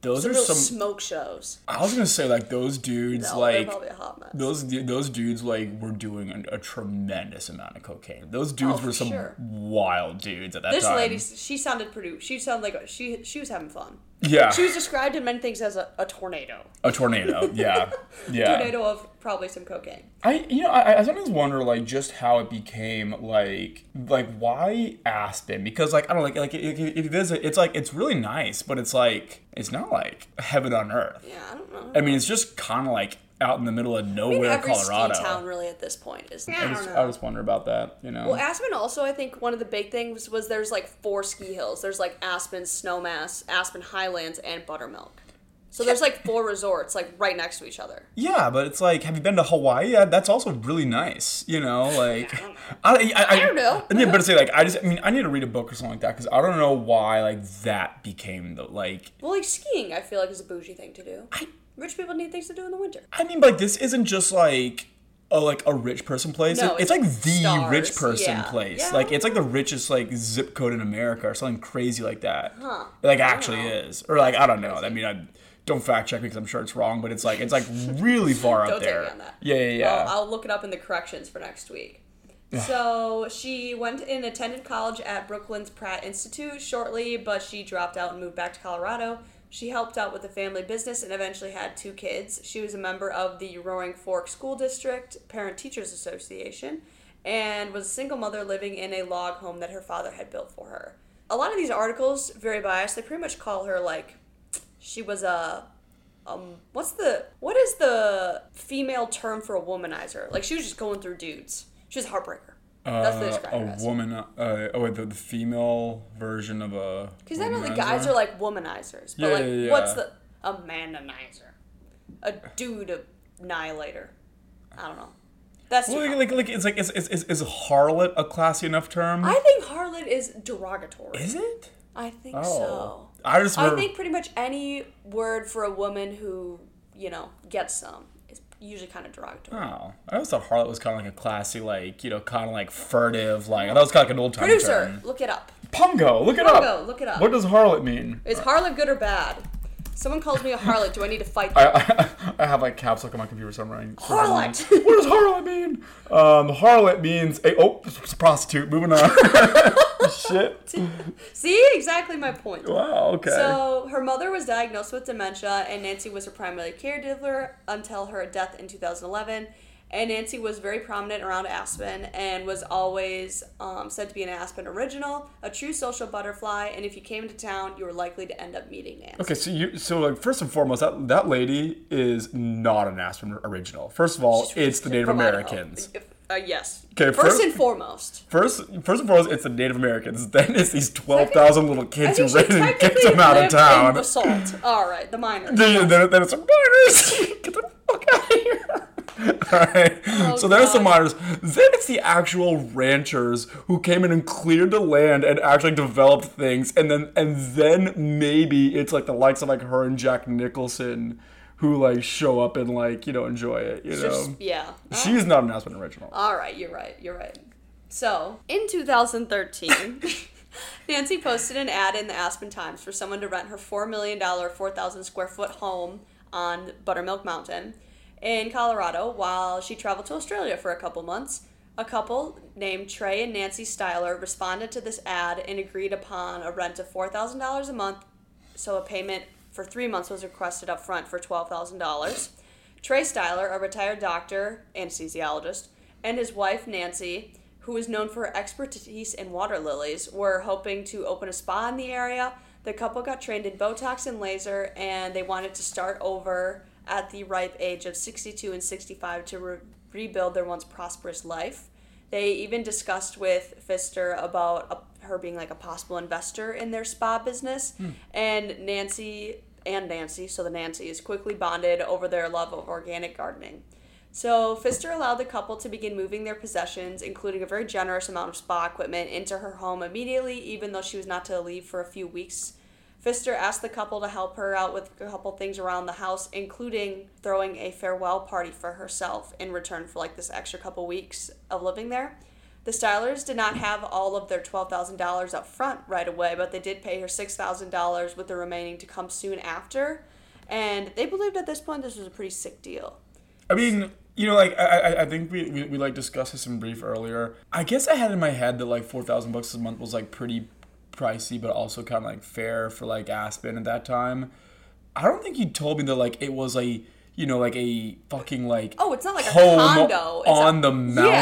A: those
B: Some
A: are
B: real
A: some
B: smoke shows.
A: i was gonna say like those dudes
B: No, they're
A: like
B: probably a hot mess.
A: those du- those dudes like were doing an, a tremendous amount of cocaine. Those dudes
B: Oh, for
A: were some
B: sure.
A: wild dudes at that
B: This
A: time.
B: lady, she sounded pretty. She sounded like she she was having fun. [laughs]
A: yeah,
B: She was described in many things as a, a tornado.
A: a tornado.
B: [laughs]
A: Yeah, yeah.
B: Tornado of probably some cocaine.
A: I you know I, I sometimes wonder like just how it became like like why Aspen because like I don't know, like like if if it is it's like it's really nice but it's like it's not like heaven on earth.
B: Yeah, I don't know.
A: I mean it's just kind of like out in the middle of
B: I mean,
A: nowhere,
B: every
A: Colorado.
B: ski town really at this point is. I
A: I just
B: don't
A: I
B: know.
A: just wonder about that. You know.
B: Well, Aspen also, I think one of the big things was there's like four ski hills. There's like Aspen Snowmass, Aspen Highlands, and Buttermilk. So there's like four resorts like right next to each other.
A: Yeah, but it's like, have you been to Hawaii? Yeah, that's also really nice,
B: [sighs]
A: you know. Like, I, I,
B: I don't know.
A: Yeah, but it's like, I just, I mean, I need to read a book or something like that because I don't know why like that became the like.
B: Well, like skiing, I feel like is a bougie thing to do. Rich people need things to do in the winter.
A: I mean, but, like this isn't just like a like a rich person place.
B: No, it's
A: it's, like the
B: stars,
A: rich person
B: yeah.
A: place.
B: Yeah.
A: Like it's like the richest like zip code in America or something crazy like that.
B: Huh.
A: It, like actually
B: Wow.
A: is, or like I don't know. I mean, I don't fact check me because I'm sure it's wrong, but it's like it's like really far
B: [laughs]
A: up
B: Don't take
A: there.
B: me on that.
A: Yeah, yeah, yeah.
B: I'll, I'll look it up in the corrections for next week. so she went and attended college at Brooklyn's Pratt Institute shortly, but she dropped out and moved back to Colorado. She helped out with the family business and eventually had two kids. She was a member of the Roaring Fork School District Parent Teachers Association and was a single mother living in a log home that her father had built for her. A lot of these articles, very biased, they pretty much call her like she was a um what's the what is the female term for a womanizer like she was just going through dudes she was a heartbreaker that's the
A: Uh,
B: descriptor
A: a woman. Uh, oh wait, the, the female version of a.
B: because i know the guys are like womanizers but
A: Yeah,
B: like
A: yeah, yeah.
B: what's the a mananizer a dude annihilator i don't know that's
A: Well,
B: too-
A: like, like, like, it's like, is, is, is, is harlot a classy enough term?
B: i think harlot is derogatory
A: is it?
B: i think
A: Oh.
B: so
A: I just
B: i
A: remember.
B: think pretty much any word for a woman who you know gets some is usually kind of derogatory
A: Oh, I always thought harlot was kind of like a classy, like you know, kind of like furtive, like I thought it was kind of like an old time
B: producer
A: term.
B: look it up
A: Pungo, look it
B: Pungo,
A: up.
B: look it up.
A: What does harlot mean?
B: Is harlot good or bad? Someone calls me a harlot. Do I need to fight
A: I, [laughs]
B: them?
A: I, I have like caps lock on my computer somewhere.
B: Harlot.
A: What does harlot mean? Um, harlot means a oh it's a prostitute.
B: [laughs]
A: Moving on. Shit.
B: See, exactly my point.
A: Wow. Okay.
B: So her mother was diagnosed with dementia, and Nancy was her primary caregiver until her death in 2011. And Nancy was very prominent around Aspen and was always um, said to be an Aspen original, a true social butterfly. And if you came to town, you were likely to end up meeting Nancy.
A: Okay, so you so like first and foremost, that that lady is not an Aspen original. First of all,
B: She's
A: it's the Native
B: from Idaho.
A: Americans.
B: If- Uh, yes.
A: 'Kay,
B: first,
A: first-
B: and foremost.
A: First, first and foremost, it's the Native Americans. [laughs] Then it's these twelve thousand little
B: I
A: kids who
B: think she
A: ran and kicked
B: technically
A: them out of
B: lived in
A: town.
B: Basalt. All right, the minor.
A: [laughs] Then, then, then it's like miners. [laughs] Get the fuck out of here. [laughs] All right.
B: Oh,
A: so there's the miners. Then it's the actual ranchers who came in and cleared the land and actually developed things. And then and then maybe it's like the likes of like her and Jack Nicholson who like show up and like you know enjoy it. You know.
B: Just- yeah. uh,
A: She's not an Aspen original.
B: All right, you're right. You're right. So, in 2013, [laughs] Nancy posted an ad in the Aspen Times for someone to rent her $4 million, 4,000 square foot home on Buttermilk Mountain in Colorado while she traveled to Australia for a couple months. A couple named Trey and Nancy Styler responded to this ad and agreed upon a rent of $4,000 a month, so a payment for three months was requested up front for $12,000. Trey Styler, a retired doctor, anesthesiologist, and his wife Nancy, who is known for her expertise in water lilies, were hoping to open a spa in the area. The couple got trained in Botox and laser, and they wanted to start over at the ripe age of 62 and 65 to re- rebuild their once prosperous life. They even discussed with Fister about a, her being like a possible investor in their spa business, and Nancy and Nancy, so the Nancy is quickly bonded over their love of organic gardening. So, Pfister allowed the couple to begin moving their possessions, including a very generous amount of spa equipment, into her home immediately, even though she was not to leave for a few weeks. Pfister asked the couple to help her out with a couple things around the house, including throwing a farewell party for herself in return for like this extra couple weeks of living there. The Stylers did not have all of their $12,000 up front right away, but they did pay her $6,000 with the remaining to come soon after. And they believed at this point this was a pretty sick deal.
A: I mean, you know, like I, I- I think we, we, we like discussed this in brief earlier. I guess I had in my head that like four thousand bucks a month was like pretty pricey, but also kind of like fair for like Aspen at that time. I don't think you told me that like it was a you know like a fucking like
B: Oh, it's not like a
A: home
B: condo. It's
A: on
B: a- Yeah.
A: the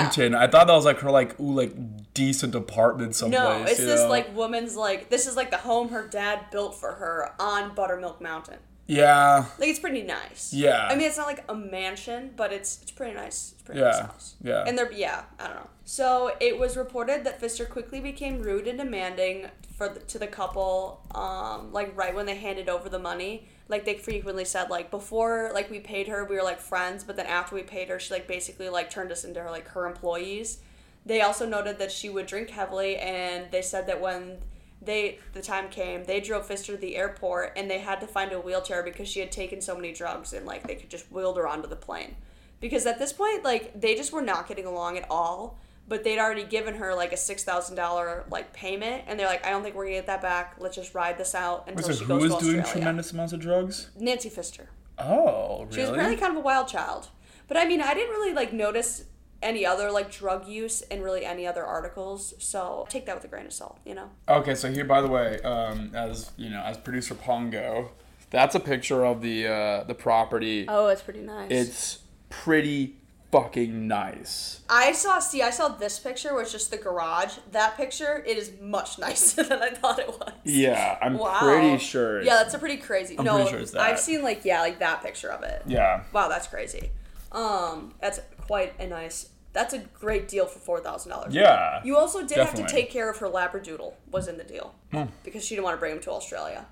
A: mountain. I thought that was like her like ooh like decent apartment someplace.
B: No, it's
A: you
B: this
A: know?
B: like woman's like this is like the home her dad built for her on Buttermilk Mountain.
A: yeah
B: Like it's pretty nice.
A: Yeah.
B: I mean, it's not like a mansion, but it's it's pretty nice. It's a pretty nice
A: Yeah,
B: house.
A: yeah.
B: And they're yeah, I don't know. So it was reported that Fister quickly became rude and demanding for the, to the couple. Um, like right when they handed over the money, like they frequently said like before like we paid her we were like friends, but then after we paid her she like basically like turned us into her like her employees. They also noted that she would drink heavily, and they said that when they the time came, they drove Fister to the airport, and they had to find a wheelchair because she had taken so many drugs, and like they could just wheeled her onto the plane. Because at this point, like they just were not getting along at all. But they'd already given her like a six thousand dollar like payment, and they're like, "I don't think we're gonna get that back. Let's just ride this out until
A: so
B: she
A: who
B: goes
A: was
B: to
A: doing
B: Australia."
A: tremendous amounts of drugs?
B: Nancy Fister.
A: Oh, really?
B: She was apparently kind of a wild child. But I mean, I didn't really like notice any other like drug use and really any other articles. So take that with a grain of salt, you know.
A: Okay, so here, by the way, um, as you know, as producer Pongo, that's a picture of the uh, the property.
B: Oh, it's pretty nice.
A: It's pretty fucking nice.
B: I saw see I saw this picture where it's just the garage. That picture it is much [laughs] nicer than I thought it was.
A: Yeah, I'm
B: Wow.
A: pretty sure.
B: Yeah, that's a pretty crazy. no,
A: pretty sure it's that.
B: I've seen like yeah, like that picture of it.
A: yeah.
B: Wow, that's crazy. Um, that's quite a nice. That's a great deal for four thousand dollars.
A: Yeah.
B: You also did have to
A: Definitely.
B: take care of her labradoodle was in the deal because she didn't want to bring him to Australia.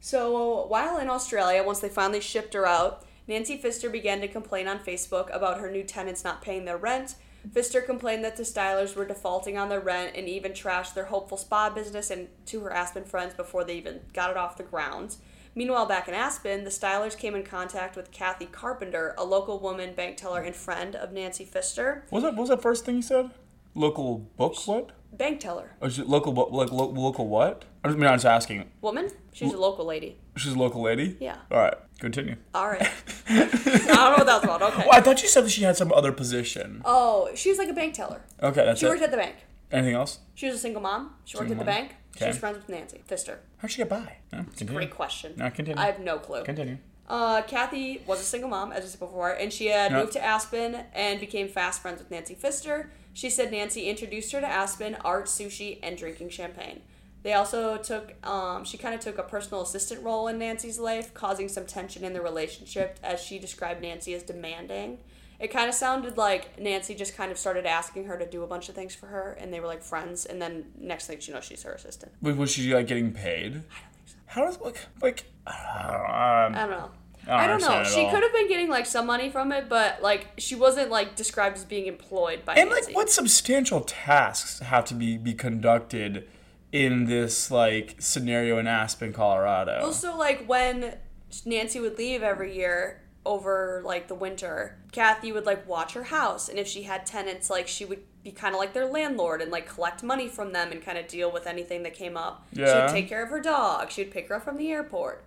B: So while in Australia, once they finally shipped her out, Nancy Pfister began to complain on Facebook about her new tenants not paying their rent. Pfister complained that the Stylers were defaulting on their rent and even trashed their hopeful spa business and to her Aspen friends before they even got it off the ground. Meanwhile, back in Aspen, the Stylers came in contact with Kathy Carpenter, a local woman, bank teller, and friend of Nancy Pfister.
A: What was that? What was that first thing you said? Local book? What?
B: Bank teller.
A: Or is it local book? Like lo- local what? I mean, I was asking.
B: Woman? She's a local lady.
A: She's a local lady.
B: Yeah.
A: All right. Continue.
B: All
A: [laughs]
B: right. I don't know what that was about. Okay.
A: Well, I thought you said that she had some other position.
B: Oh, she was like a bank teller.
A: Okay, that's
B: She worked
A: it.
B: at the bank.
A: Anything else?
B: She was a single mom. She worked
A: Single
B: at the
A: mom.
B: bank. She was
A: Okay.
B: friends with Nancy Fister.
A: How'd she get by? No, continue.
B: Great question.
A: No, continue.
B: I have no clue.
A: Continue.
B: Uh, Kathy was a single mom, as I said before, and she had
A: Yeah.
B: moved to Aspen and became fast friends with Nancy Pfister. She said Nancy introduced her to Aspen, art, sushi, and drinking champagne. They also took, um, she kind of took a personal assistant role in Nancy's life, causing some tension in the relationship as she described Nancy as demanding. It kind of sounded like Nancy just kind of started asking her to do a bunch of things for her, and they were like friends, and then next thing she knows, she's her assistant.
A: Wait, was she like getting paid?
B: I don't think so.
A: How does like like I don't know, um,
B: I don't know.
A: I
B: I
A: don't
B: don't know.
A: understand at
B: She
A: all.
B: could have been getting like some money from it, but like she wasn't like described as being employed by
A: and
B: Nancy.
A: like what substantial tasks have to be be conducted in this like scenario in Aspen, Colorado?
B: Also, like when Nancy would leave every year over like the winter, Kathy would like watch her house, and if she had tenants, like she would be kind of like their landlord and like collect money from them and kind of deal with anything that came up. She
A: Yeah.
B: would take care of her dog. She would pick her up from the airport,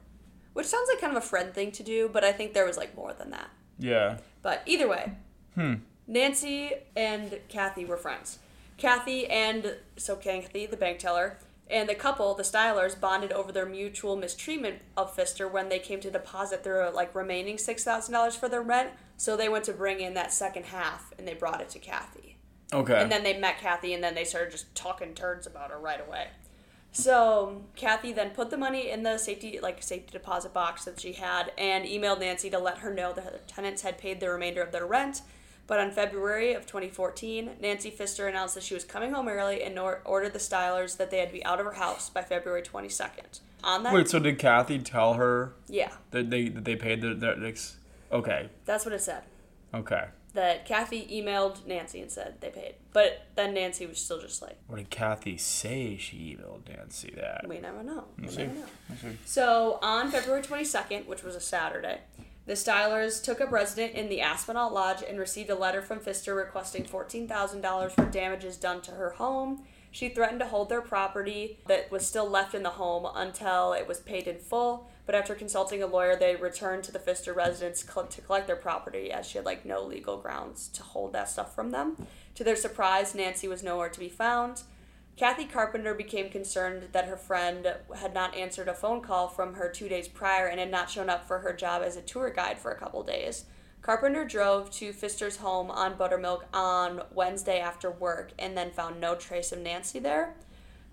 B: which sounds like kind of a friend thing to do, but I think there was like more than that.
A: yeah.
B: But either way, Nancy and Kathy were friends. Kathy and so Kathy, the bank teller, and the couple, the Stylers, bonded over their mutual mistreatment of Fister when they came to deposit their like remaining six thousand dollars for their rent. So they went to bring in that second half, and they brought it to Kathy.
A: Okay.
B: And then they met Kathy, and then they started just talking turds about her right away. So Kathy then put the money in the safety, like safety deposit box that she had, and emailed Nancy to let her know that her tenants had paid the remainder of their rent. But on February of 2014, Nancy Pfister announced that she was coming home early and or- ordered the Stylers that they had to be out of her house by February 22nd. On that,
A: Wait, so did Kathy tell her
B: yeah,
A: that they that they paid their, their ex- Okay.
B: that's what it said.
A: Okay.
B: that Kathy emailed Nancy and said they paid. But then Nancy was still just like,
A: What did Kathy say she emailed Nancy that?
B: we never know. We
D: see.
B: never know. So on February 22nd, which was a Saturday, the Stylers took up resident in the Aspinall Lodge and received a letter from Pfister requesting $14,000 for damages done to her home. She threatened to hold their property that was still left in the home until it was paid in full, but after consulting a lawyer, they returned to the Pfister residence cl- to collect their property as she had like no legal grounds to hold that stuff from them. To their surprise, Nancy was nowhere to be found. Kathy Carpenter became concerned that her friend had not answered a phone call from her two days prior and had not shown up for her job as a tour guide for a couple days. Carpenter drove to Pfister's home on Buttermilk on Wednesday after work and then found no trace of Nancy there.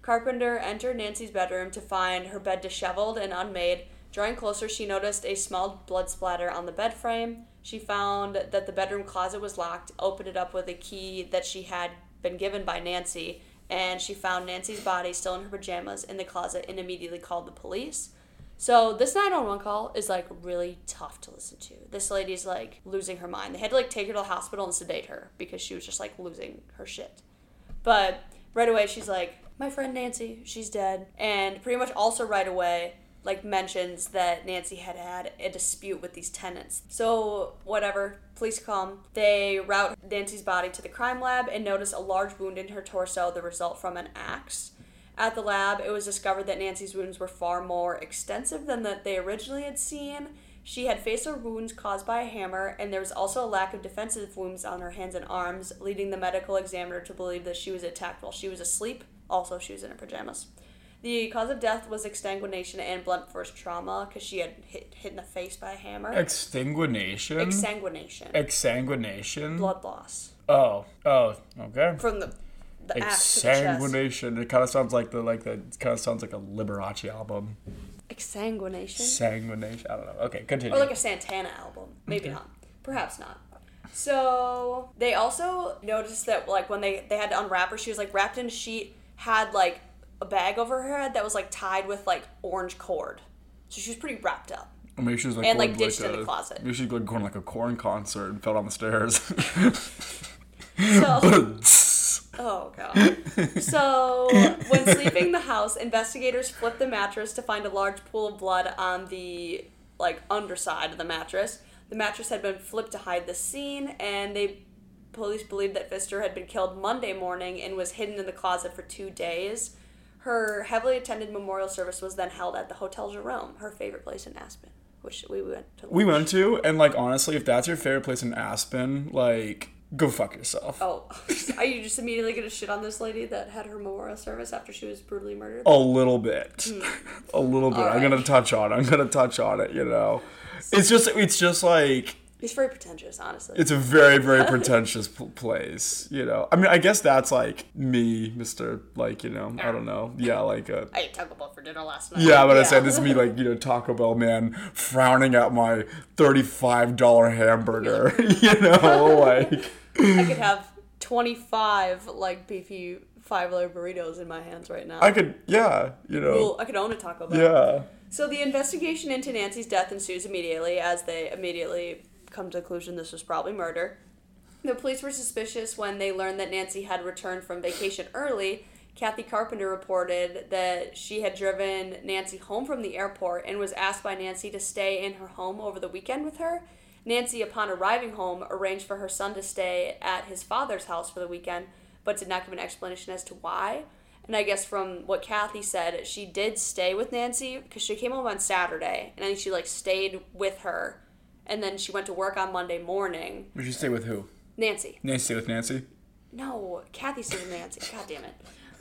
B: Carpenter entered Nancy's bedroom to find her bed disheveled and unmade. Drawing closer, she noticed a small blood splatter on the bed frame. She found that the bedroom closet was locked, opened it up with a key that she had been given by Nancy, and she found Nancy's body still in her pajamas in the closet and immediately called the police. So this 911 call is like really tough to listen to. This lady's like losing her mind. They had to like take her to the hospital and sedate her because she was just like losing her shit. But right away, she's like, my friend Nancy, she's dead. And pretty much also right away, like mentions that Nancy had had a dispute with these tenants. So, whatever, police come. They route Nancy's body to the crime lab and notice a large wound in her torso, the result from an axe. At the lab, it was discovered that Nancy's wounds were far more extensive than that they originally had seen. She had facial wounds caused by a hammer, and there was also a lack of defensive wounds on her hands and arms, leading the medical examiner to believe that she was attacked while she was asleep. Also, she was in her pajamas. The cause of death was exsanguination and blunt force trauma because she had hit, hit in the face by a hammer.
A: Extinguination?
B: exsanguination.
A: Exsanguination?
B: blood loss.
A: Oh, oh, okay.
B: From the, the axe to the chest.
A: Exsanguination. It kind of sounds like the like the it kind of sounds like a Liberace album.
B: Mm-hmm. Exsanguination?
A: Sanguination. I don't know. Okay, continue.
B: Or like a Santana album. Maybe not. Perhaps not. So they also noticed that like when they they had to unwrap her, she was like wrapped in a sheet, had like a bag over her head that was like tied with like orange cord. So she was pretty wrapped up.
A: Or maybe she was like
B: and, like,
A: going to,
B: ditched in the
A: a-
B: closet.
A: Maybe she was like, going to, like a corn concert and fell down the stairs. [laughs]
B: So
A: That's
B: Oh god. So when sleeping the house, investigators flipped the mattress to find a large pool of blood on the like underside of the mattress. The mattress had been flipped to hide the scene, and they police believed that Pfister had been killed Monday morning and was hidden in the closet for two days. Her heavily attended memorial service was then held at the Hotel Jerome, her favorite place in Aspen, which we went to.
A: we went to, and like honestly, if that's your favorite place in Aspen, like go fuck yourself.
B: Oh, [laughs] are you just immediately gonna shit on this lady that had her memorial service after she was brutally murdered?
A: A little bit,
B: Mm.
A: [laughs] a little bit. I'm
B: right.
A: gonna touch on. it. I'm gonna touch on it. You know, it's just it's just like
B: He's very pretentious, honestly.
A: it's a very very pretentious pl- place. You know, I mean, I guess that's like me, Mister. Like you know, I don't know. Yeah, like a
B: I ate Taco Bell for dinner last night.
A: Yeah, but I said this is me like you know Taco Bell man frowning at my thirty-five dollar hamburger. [laughs] you know, like
B: [laughs] I
A: [laughs]
B: could have 25, like, beefy five layer burritos in my hands right now.
A: I could, yeah, you know,
B: Well, I could own a Taco Bell.
A: yeah.
B: So the investigation into Nancy's death ensues immediately as they immediately come to the conclusion this was probably murder. The police were suspicious when they learned that Nancy had returned from vacation early. Kathy Carpenter reported that she had driven Nancy home from the airport and was asked by Nancy to stay in her home over the weekend with her. Nancy, upon arriving home, arranged for her son to stay at his father's house for the weekend, but did not give an explanation as to why. And I guess from what Kathy said, she did stay with Nancy because she came home on Saturday and then she like stayed with her, and then she went to work on Monday morning.
A: Would you stay with who?
B: Nancy.
A: Nancy stay with Nancy.
B: No, Kathy stayed with Nancy. God damn it.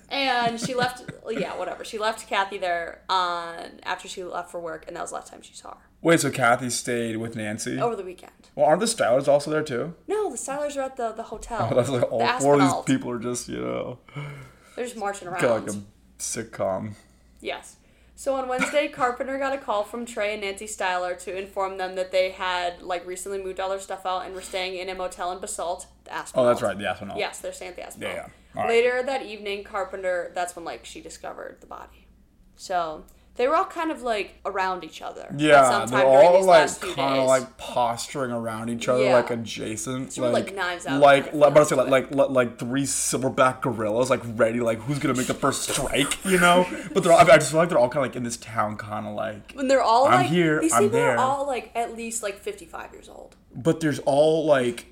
B: And she left. Yeah, whatever. She left Kathy there on after she left for work, and that was the last time she saw her
A: Wait, so Kathy stayed with Nancy.
B: over the weekend.
A: Well, aren't the Stylers also there too?
B: No, the Stylers are at the the hotel.
A: [laughs] Oh, [laughs] that's like all
B: the
A: four of these
B: Aspinalls.
A: people are just you know
B: They're just marching around.
A: kind of like a sitcom.
B: Yes. So on Wednesday, Carpenter got a call from Trey and Nancy Styler to inform them that they had like recently moved all their stuff out and were staying in a motel in Basalt. The
A: Oh,
B: Aspinalls.
A: that's right, the Aspinall.
B: Yes, they're staying at the Aspinall.
A: Yeah, yeah. All right.
B: Later that evening, Carpenter. That's when like she discovered the body. So they were all kind of like around each other. at
E: Yeah,
B: some
E: they're
B: time during
E: all
B: these
E: like
B: last few
E: kind of
B: days.
E: like posturing around each other,
B: Yeah.
E: like adjacent,
B: Sort of like Knives Out
E: like
B: kind of
E: like, but I say,
B: feel
E: like, like like like three silverback gorillas, like ready, like who's gonna make the first strike, you
B: [laughs]
E: know? But they're all, I, mean, I just feel like they're all kind of like in this town, kind of like.
B: When they're all
E: I'm
B: like
E: here,
B: these
E: I'm
B: people
E: there.
B: are all like at least like fifty five years old.
E: But there's all like,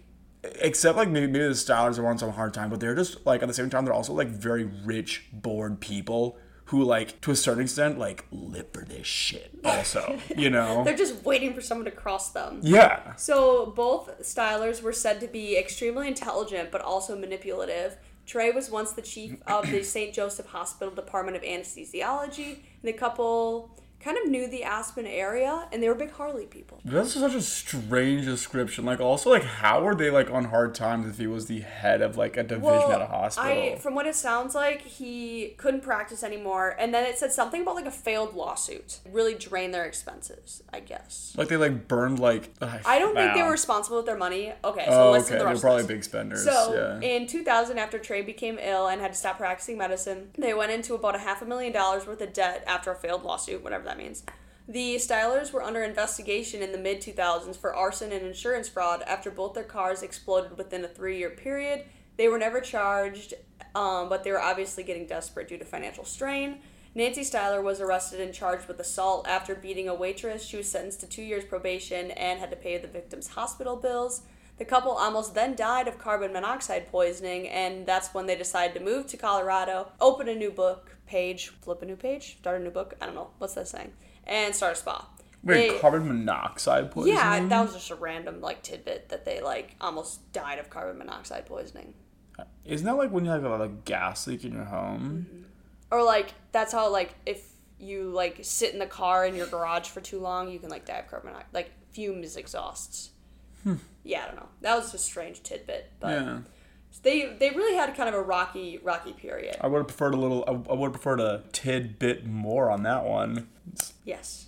E: except like maybe, maybe the Stylers are on some hard time, but they're just like at the same time they're also like very rich, bored people who like to a certain extent like live for this shit.
B: [laughs]
E: Also, you know?
B: They're just waiting for someone to cross them.
E: yeah.
B: So both Stylers were said to be extremely intelligent but also manipulative. Trey was once the chief
E: [clears throat]
B: of the St. Joseph Hospital Department of Anesthesiology, and the couple kind of knew the Aspen area, and they were big Harley people.
E: That's such a strange description. Like, also, like, how were they like on hard times if he was the head of like a division at a hospital?
B: I, from what it sounds like, he couldn't practice anymore, and then it said something about like a failed lawsuit. Really drained their expenses, I guess.
E: like, they like burned like.
B: I don't think they
E: wow.
B: were responsible with their money. Okay, so
E: Oh, okay.
B: listen to the
E: They're
B: rest of
E: probably
B: this.
E: big spenders.
B: So
E: yeah.
B: in 2000, after Trey became ill and had to stop practicing medicine, they went into about a half a million dollars worth of debt after a failed lawsuit, whatever that means. The Stylers were under investigation in the mid 2000s for arson and insurance fraud after both their cars exploded within a three year period. They were never charged, um, but they were obviously getting desperate due to financial strain. Nancy Styler was arrested and charged with assault after beating a waitress. She was sentenced to two years probation and had to pay the victim's hospital bills. The couple almost then died of carbon monoxide poisoning, and that's when they decided to move to Colorado, open a new book page, flip a new page, start a new book. I don't know what's that saying, and start a spa.
E: Wait,
B: They-
E: carbon monoxide poisoning.
B: yeah, that was just a random like tidbit that they like almost died of carbon monoxide poisoning,
E: Isn't that like when you have like, a gas leak in your home?
B: or like that's how like if you like sit in the car in your garage for too long, you can like die of carbon monoxide, like fumes exhausts. Yeah, I don't know. That was just a strange tidbit, but
E: Yeah.
B: they they really had kind of a rocky rocky period.
A: Oh.
E: I would have preferred a little. I, I would have preferred a tidbit more on that one.
B: Yes.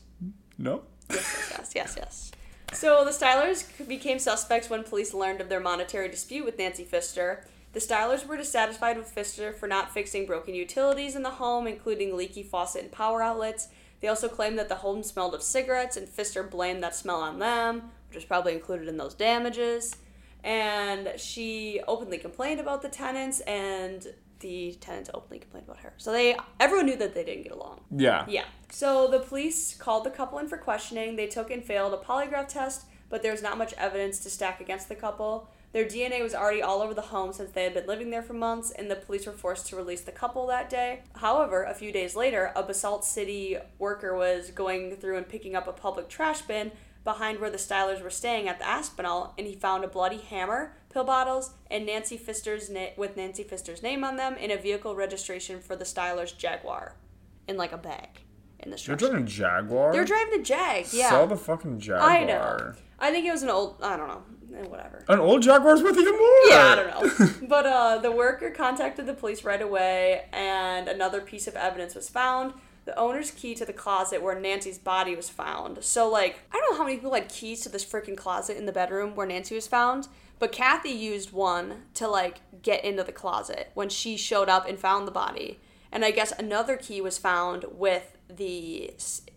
E: No.
B: Yes, yes, yes, yes. So the Stylers became suspects when police learned of their monetary dispute with Nancy Fister. The Stylers were dissatisfied with Fister for not fixing broken utilities in the home, including leaky faucet and power outlets. They also claimed that the home smelled of cigarettes, and Fister blamed that smell on them, which was probably included in those damages. And she openly complained about the tenants, and the tenants openly complained about her. So they, everyone knew that they didn't get along.
E: Yeah.
B: Yeah. So the police called the couple in for questioning. They took and failed a polygraph test, but there was not much evidence to stack against the couple. Their DNA was already all over the home since they had been living there for months, and the police were forced to release the couple that day. However, a few days later, a Basalt City worker was going through and picking up a public trash bin behind where the Stylers were staying at the Aspinall, and he found a bloody hammer, pill bottles, and Nancy Fister's na- with Nancy Fister's name on them in a vehicle registration for the Stylers Jaguar in like a bag in the
E: They're
B: trash.
E: driving a Jaguar.
B: They're driving the Jag. Yeah.
E: Sell the fucking Jaguar.
B: I know. I think it was an old. I don't know. Eh, Whatever.
E: An old Jaguar's worth even more.
B: Yeah, I
E: [laughs]
B: don't know. but uh, the worker contacted the police right away, and another piece of evidence was found. The owner's key to the closet where Nancy's body was found. So, like, I don't know how many people had keys to this freaking closet in the bedroom where Nancy was found, but Kathy used one to, like, get into the closet when she showed up and found the body. And I guess another key was found with the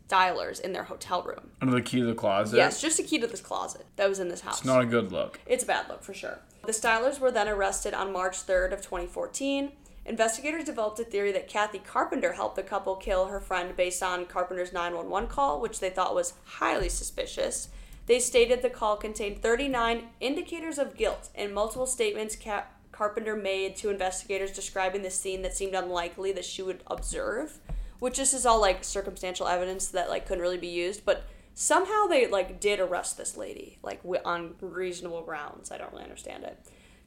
B: stylers in their hotel room.
E: Another key to the closet.
B: Yes, just a key to this closet that was in this house.
E: It's not a good look.
B: It's a bad look for sure. The Stylers were then arrested on March 3rd of 2014. Investigators developed a theory that Kathy Carpenter helped the couple kill her friend based on Carpenter's 911 call, which they thought was highly suspicious. They stated the call contained 39 indicators of guilt and multiple statements Ca- Carpenter made to investigators describing the scene that seemed unlikely that she would observe, which this is all like circumstantial evidence that like couldn't really be used, but somehow they like did arrest this lady like wi- on reasonable grounds i don't really understand it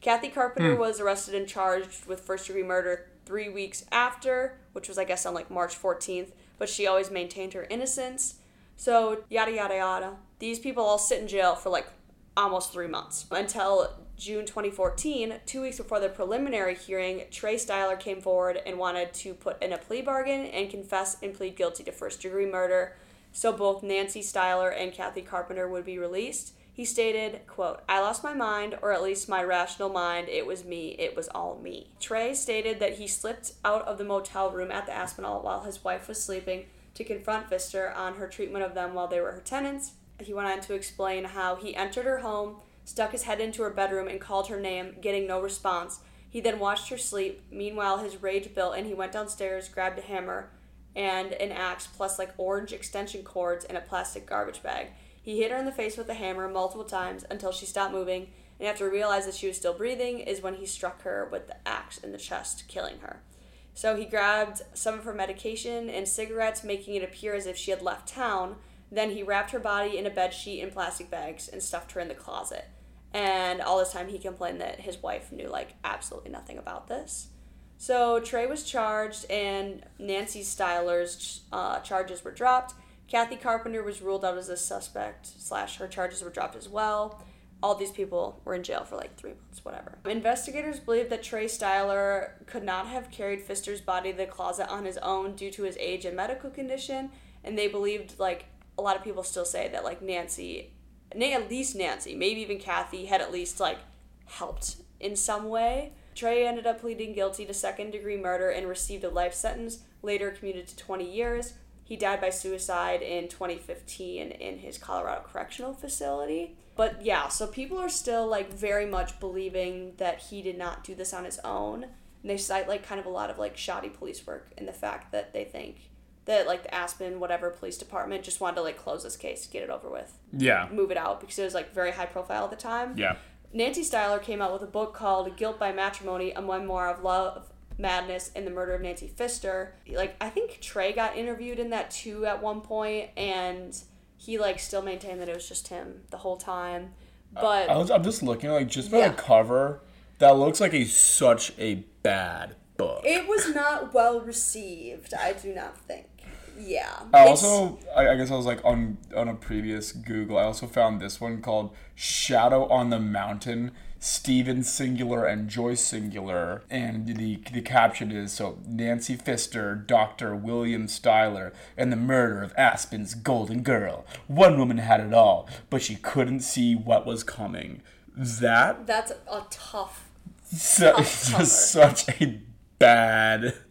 B: kathy carpenter was arrested and charged with first degree murder three weeks after which was i guess on like march 14th but she always maintained her innocence so yada yada yada these people all sit in jail for like almost three months until June 2014, two weeks before the preliminary hearing, Trey Styler came forward and wanted to put in a plea bargain and confess and plead guilty to first degree murder. So both Nancy Styler and Kathy Carpenter would be released. He stated, quote, I lost my mind, or at least my rational mind. It was me. It was all me. Trey stated that he slipped out of the motel room at the Aspinall while his wife was sleeping, to confront Pfister on her treatment of them while they were her tenants. He went on to explain how he entered her home, stuck his head into her bedroom, and called her name, getting no response. He then watched her sleep. Meanwhile, his rage built, and he went downstairs, grabbed a hammer and an axe, plus like orange extension cords and a plastic garbage bag. He hit her in the face with the hammer multiple times until she stopped moving, and after realizing that she was still breathing, is when he struck her with the axe in the chest, killing her. So he grabbed some of her medication and cigarettes, making it appear as if she had left town. Then he wrapped her body in a bed sheet and plastic bags and stuffed her in the closet. And all this time, he complained that his wife knew like absolutely nothing about this. So Trey was charged, and Nancy Styler's uh, charges were dropped. Kathy Carpenter was ruled out as a suspect slash her charges were dropped as well. All these people were in jail for like three months, whatever. Investigators believe that Trey Styler could not have carried Fister's body to the closet on his own due to his age and medical condition, and they believed like a lot of people still say that like Nancy, na- at least Nancy, maybe even Kathy had at least like helped in some way. Trey ended up pleading guilty to second degree murder and received a life sentence, later commuted to 20 years. He died by suicide in 2015 in his Colorado Correctional Facility. But yeah, so people are still like very much believing that he did not do this on his own. And they cite like kind of a lot of like shoddy police work and the fact that they think that like the Aspen whatever police department just wanted to like close this case, get it over with,
A: Yeah.
B: move it out because it was like very high profile at the time.
A: Yeah.
B: Nancy Styler came out with a book called Guilt by Matrimony, a memoir of love, madness, and the murder of Nancy Pfister. Like, I think Trey got interviewed in that too at one point, and he, like, still maintained that it was just him the whole time.
A: Uh,
B: But
A: I was, I'm just looking like just by
B: Yeah.
A: the cover, that looks like a such a bad book.
B: it was not well received, I do not think. Yeah.
A: I
B: It's-
A: also, I, I guess I was like on on a previous Google. I also found this one called "Shadow on the Mountain." Steven Singular and Joyce Singular, and the the caption is so Nancy Pfister, Doctor William Styler, and the murder of Aspen's Golden Girl. One woman had it all, but she couldn't see what was coming. That
B: That's a tough.
A: so,
B: Tough cover.
A: just such a bad. [laughs]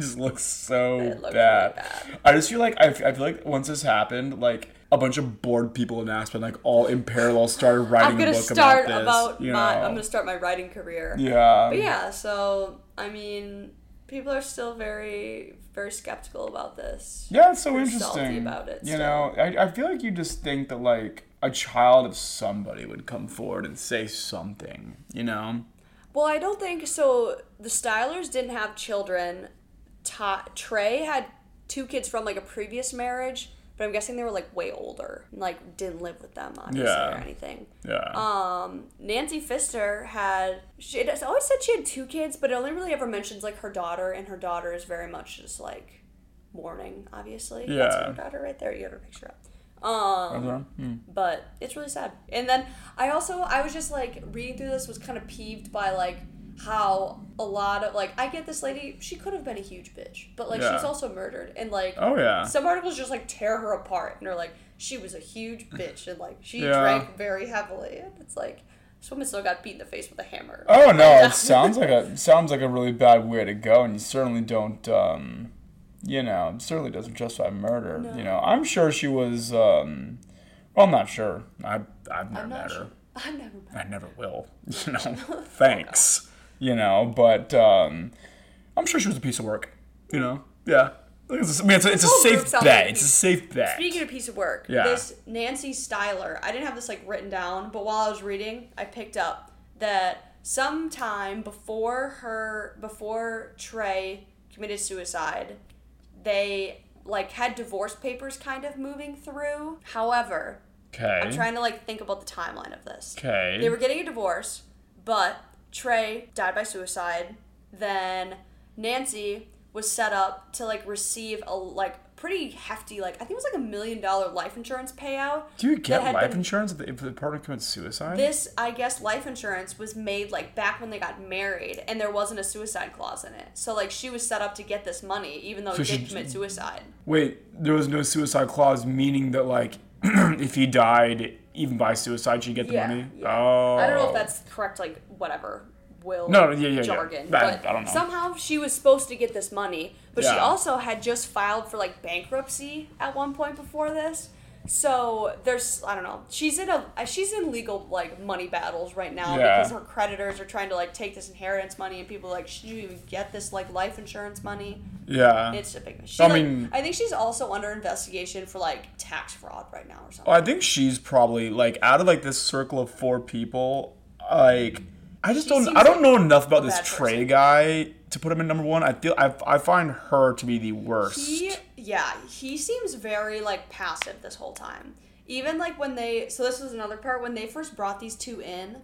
A: Just looks so
B: It looked
A: bad.
B: really
A: I just feel like I, f- I feel like once this happened, like a bunch of bored people in Aspen, like all in parallel, started writing
B: I'm
A: a
B: gonna
A: book
B: start
A: about this.
B: about,
A: you
B: my.
A: know?
B: I'm gonna start my writing career.
A: yeah.
B: But yeah, so I mean, people are still very, very skeptical about this.
A: Yeah, it's so
B: Pretty salty
A: interesting.
B: about it
A: you know, I, I feel like you just think that like a child of somebody would come forward and say something. You know.
B: Well, I don't think so. The Stylers didn't have children. Ta- Trey had two kids from like a previous marriage, but I'm guessing they were like way older, and, like didn't live with them obviously or
A: Yeah.
B: anything.
A: Yeah.
B: Um, Nancy Pfister had she it always said she had two kids, but it only really ever mentions like her daughter, and her daughter is very much just like mourning, obviously. That's
A: Yeah.
B: her daughter right there. You have her picture up. Um,
A: Hmm.
B: but it's really sad. And then I also I was just like reading through this was kind of peeved by like how a lot of like I get this lady she could have been a huge bitch, but like
A: Yeah.
B: she's also murdered and like
A: Oh yeah.
B: some articles just like tear her apart and are like she was a
A: [laughs]
B: huge bitch and like she
A: Yeah.
B: drank very heavily and it's like this woman still got beat in the face with a hammer.
A: Oh
B: [laughs]
A: no, it sounds like a sounds like a really bad way to go, and you certainly don't, um, you know, it certainly doesn't justify murder. You know, I'm sure she was. Um, well, I'm not sure. I I've never
B: not
A: met
B: sure. [laughs]
A: her.
B: I never mind.
A: I never will. [laughs]
B: [laughs]
A: You know, thanks. You know, but um, I'm sure she was a piece of work. You know, yeah. I mean, it's a, I mean, it's a, it's a
B: whole
A: safe
B: group sounds
A: bet.
B: like
A: It's a safe bet.
B: Speaking of piece of work,
A: Yeah.
B: this Nancy Styler, I didn't have this like written down, but while I was reading, I picked up that sometime before her before Trey committed suicide, they like had divorce papers kind of moving through. However, I'm
A: Okay.
B: trying to like think about the timeline of this.
A: Okay.
B: They were getting a divorce, but Trey died by suicide. Then Nancy was set up to like receive a like pretty hefty like I think it was like a million dollar life insurance payout.
A: Do you get
B: that had
A: life
B: been-
A: insurance if the, if the partner commits suicide?
B: This I guess life insurance was made like back when they got married and there wasn't a suicide clause in it. So like she was set up to get this money even though
A: So
B: he
A: she-
B: did commit suicide.
A: Wait, there was no suicide clause, meaning that like [clears throat] if he died even by suicide, she'd get the
B: Yeah,
A: money.
B: yeah.
A: Oh,
B: I don't know if that's correct like whatever will
A: No, yeah, yeah, yeah.
B: jargon.
A: I-
B: But
A: I don't know.
B: somehow she was supposed to get this money, but she
A: Yeah.
B: also had just filed for like bankruptcy at one point before this. So there's I don't know. She's in a uh, she's in legal like money battles right now
A: Yeah.
B: because her creditors are trying to like take this inheritance money and people are like should you even get this like life insurance money?
A: Yeah.
B: It's a big. She's
A: I
B: like-
A: mean-
B: I think she's also under investigation for like tax fraud right now or something.
A: Well, I think she's probably like out of like this circle of four people, like I just
B: She
A: don't
B: seems
A: I don't
B: like
A: know enough about
B: a
A: this
B: bad
A: Trey
B: person.
A: guy to put him in number one. I feel I, I find her to be the worst.
B: He, yeah, he seems very like passive this whole time. Even like when they, so this was another part when they first brought these two in,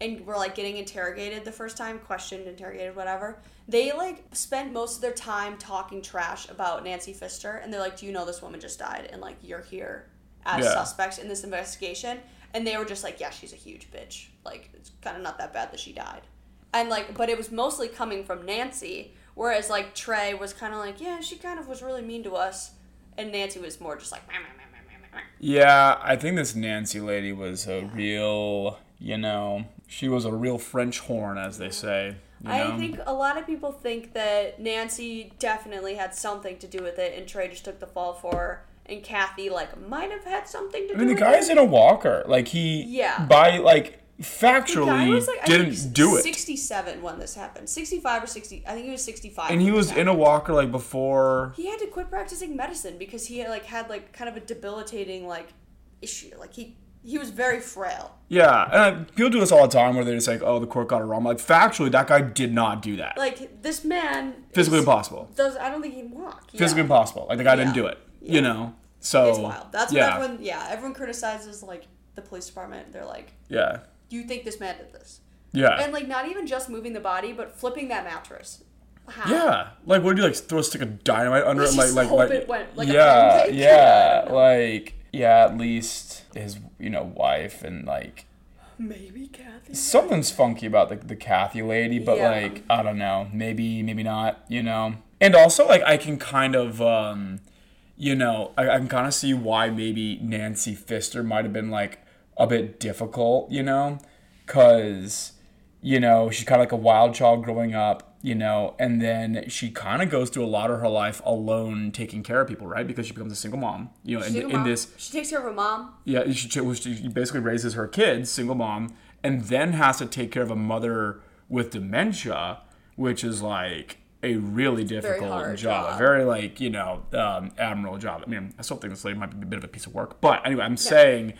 B: and were like getting interrogated the first time, questioned, interrogated, whatever. They like spent most of their time talking trash about Nancy Fister, and they're like, "Do you know this woman just died?" And like, "You're here as
A: Yeah.
B: suspects in this investigation." And they were just like, "Yeah, she's a huge bitch. Like, it's kind of not that bad that she died." and like but it was mostly coming from Nancy whereas like Trey was kind of like yeah she kind of was really mean to us and Nancy was more just like "Meh, meh, meh, meh, meh, meh, meh."
A: Yeah, I think this Nancy lady was a real, you know, she was a real French horn, as they say. you know?
B: I think a lot of people think that Nancy definitely had something to do with it and Trey just took the fall for her and Kathy like might have had something to
A: I mean,
B: do with
A: the guy's
B: it.
A: in a walker. Like he,
B: Yeah.
A: by like
B: The guy
A: factually
B: was, like, I think,
A: didn't do it,
B: 67 when this happened 65 or 60 I think he was 65
A: and he
B: when this
A: was in a
B: happened.
A: walker like before.
B: he had to quit practicing medicine because he had, like had like kind of a debilitating like issue like he he was very frail
A: Yeah, and I, people do this all the time where they're just like, "Oh, the court got it wrong." Like factually, that guy did not do that.
B: like this man
A: Physically
B: is-
A: impossible.
B: does I don't think he can walk yeah.
A: Physically impossible. Like the guy didn't
B: Yeah.
A: do it.
B: Yeah.
A: You know. So
B: it's wild that's
A: yeah,
B: what everyone yeah everyone criticizes like the police department they're like
A: yeah,
B: you think this man did this
A: yeah,
B: and like not even just moving the body but flipping that mattress How?
A: yeah. Like, what do you like? Throw a stick of dynamite under it,
B: Let's
A: and, like,
B: just
A: like,
B: hope
A: like,
B: it went like a
A: yeah,
B: pancake. I
A: yeah,
B: don't know.
A: like, yeah. At least his, you know, wife and like
B: maybe Kathy
A: something's funky about the, the Kathy lady, but
B: Yeah.
A: like I don't know, maybe maybe not, you know. And also like I can kind of um you know, I, I can kind of see why maybe Nancy Fister might have been like a bit difficult, you know, cuz you know, she's kind of like a wild child growing up, you know, and then she kind of goes through a lot of her life alone taking care of people, right? Because she becomes a single mom, you know, in,
B: Single
A: in
B: mom.
A: this
B: she takes care of her mom
A: yeah, she, she, well, she basically raises her kids, single mom, and then has to take care of a mother with dementia, which is like a really difficult
B: hard
A: job.
B: job.
A: Very like you know um, admirable job. I mean, I still think this lady might be a bit of a piece of work, but anyway, I'm saying.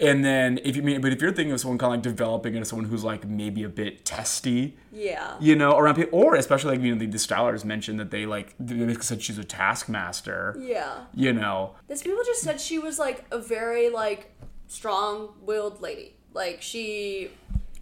A: And then if you mean, but if you're thinking of someone kind of like developing into someone who's like maybe a bit testy,
B: yeah
A: you know, around people, or especially like you know the, the Stylers mentioned that they like they basically said she's a taskmaster.
B: yeah
A: You know,
B: This people just said she was like a very like strong-willed lady. Like she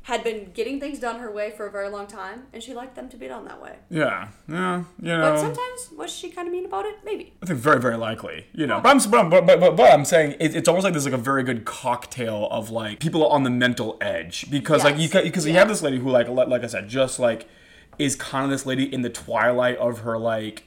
B: had been getting things done her way for a very long time, and she liked them to be done that way.
A: yeah, yeah, you know.
B: But sometimes was she kind of mean about it? Maybe.
A: I think very, very likely. You know, but I'm but, I'm- but, but, but, but I'm saying it, it's almost like there's like a very good cocktail of like people on the mental edge because like you
B: Yes.
A: ca- because you
B: Yeah.
A: have this lady who like like like I said just like is kind of this lady in the twilight of her like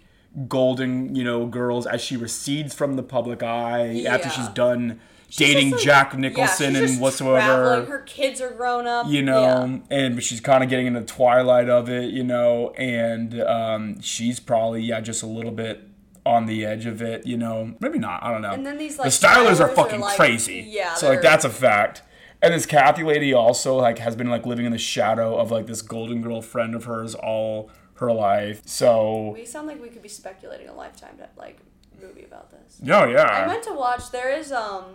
A: golden you know girls as she recedes from the public eye after
B: Yeah.
A: she's done dating
B: She's just, like-
A: Jack
B: yeah,
A: Nicholson
B: she's
A: and
B: just
A: whatsoever
B: traveling. Her kids are grown up.
A: you know, and she's kind of getting into the twilight of it, you know, and um, she's probably yeah just a little bit on the edge of it, you know, maybe not. I don't know.
B: And then these, like,
A: the Stylers
B: Stylers
A: are
B: are,
A: fucking
B: like-
A: crazy.
B: yeah,
A: so like
B: they're-
A: that's a fact. And this Kathy lady also like has been like living in the shadow of like this golden girl friend of hers all her life. So
B: We sound like we could be speculating a lifetime like movie about this.
A: no,
B: I
A: yeah,
B: meant to watch. There is um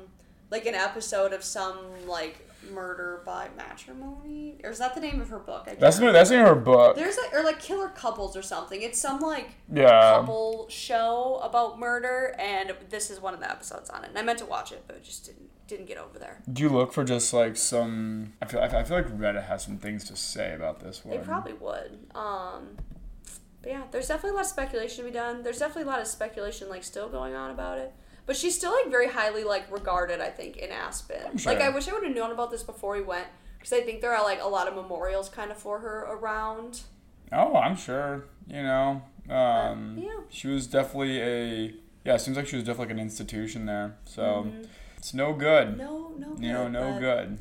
B: like an episode of some like murder by matrimony, or is that the name of her book? I can't
A: that's the that's in her book.
B: There's like or like killer couples or something. It's some like
A: Yeah.
B: couple show about murder, and this is one of the episodes on it. And I meant to watch it, but it just didn't didn't get over there.
A: Do you look for just like some? I feel I feel- I feel like Reddit has some things to say about this one.
B: They probably would. Um, but yeah, there's definitely a lot of speculation to be done. There's definitely a lot of speculation like still going on about it. But she's still like very highly like regarded, I think, in Aspen.
A: sure.
B: Like I wish I would have known about this before we went, because I think there are like a lot of memorials kind of for her around.
A: Oh, I'm sure. You know, um,
B: Uh, yeah.
A: she was definitely a yeah. It seems like she was definitely like an institution there. So it's no good.
B: Mm-hmm. No, no.
A: you know, no
B: but-
A: good.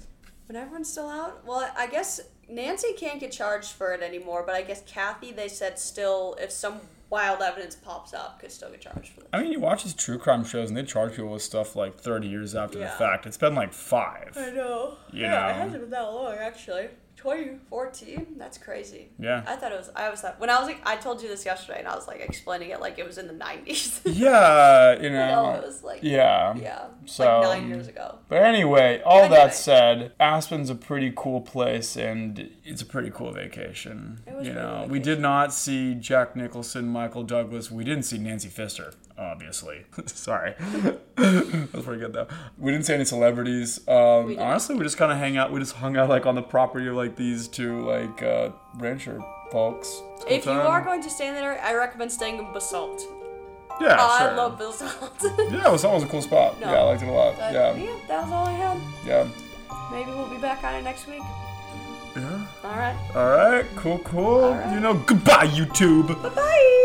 B: When everyone's still out? Well, I guess Nancy can't get charged for it anymore, but I guess Kathy, they said still, if some wild evidence pops up, could still get charged for it.
A: I mean, you watch these true crime shows and they charge people with stuff like 30 years after the
B: Yeah.
A: fact. It's been like five.
B: I know.
A: You
B: yeah, it
A: know.
B: hasn't been that long actually. 2014? That's crazy.
A: Yeah.
B: I thought it was. I always thought when I was like, I told you this yesterday, and I was like explaining it like it was in the [laughs] 90s.
A: Yeah, you
B: no,
A: know.
B: it was like
A: yeah.
B: yeah,
A: So, um,
B: like nine years ago.
A: But anyway, all
B: Anyway.
A: that said, Aspen's a pretty cool place and it's a pretty cool vacation.
B: It was
A: you
B: a pretty
A: know,
B: cool
A: we did not see Jack Nicholson, Michael Douglas. We didn't see Nancy Pfister, obviously. [laughs] Sorry. That's pretty good though. We didn't see any celebrities. Um,
B: didn't.
A: honestly, we just kind of hang out. We just hung out like on the property of like these two like uh, rancher folks.
B: If you
A: Hotel.
B: are going to stay in that area, I recommend staying in Basalt.
A: yeah,
B: I
A: sure.
B: love Basalt. [laughs]
A: Yeah, it was always a cool spot.
B: No.
A: Yeah, I liked it a lot.
B: But,
A: yeah,
B: that was all I had.
A: yeah.
B: Maybe we'll be back on it next week.
A: Yeah.
B: All right.
A: All right. Cool. Cool.
B: right.
A: You know. Goodbye, YouTube.
B: Bye bye.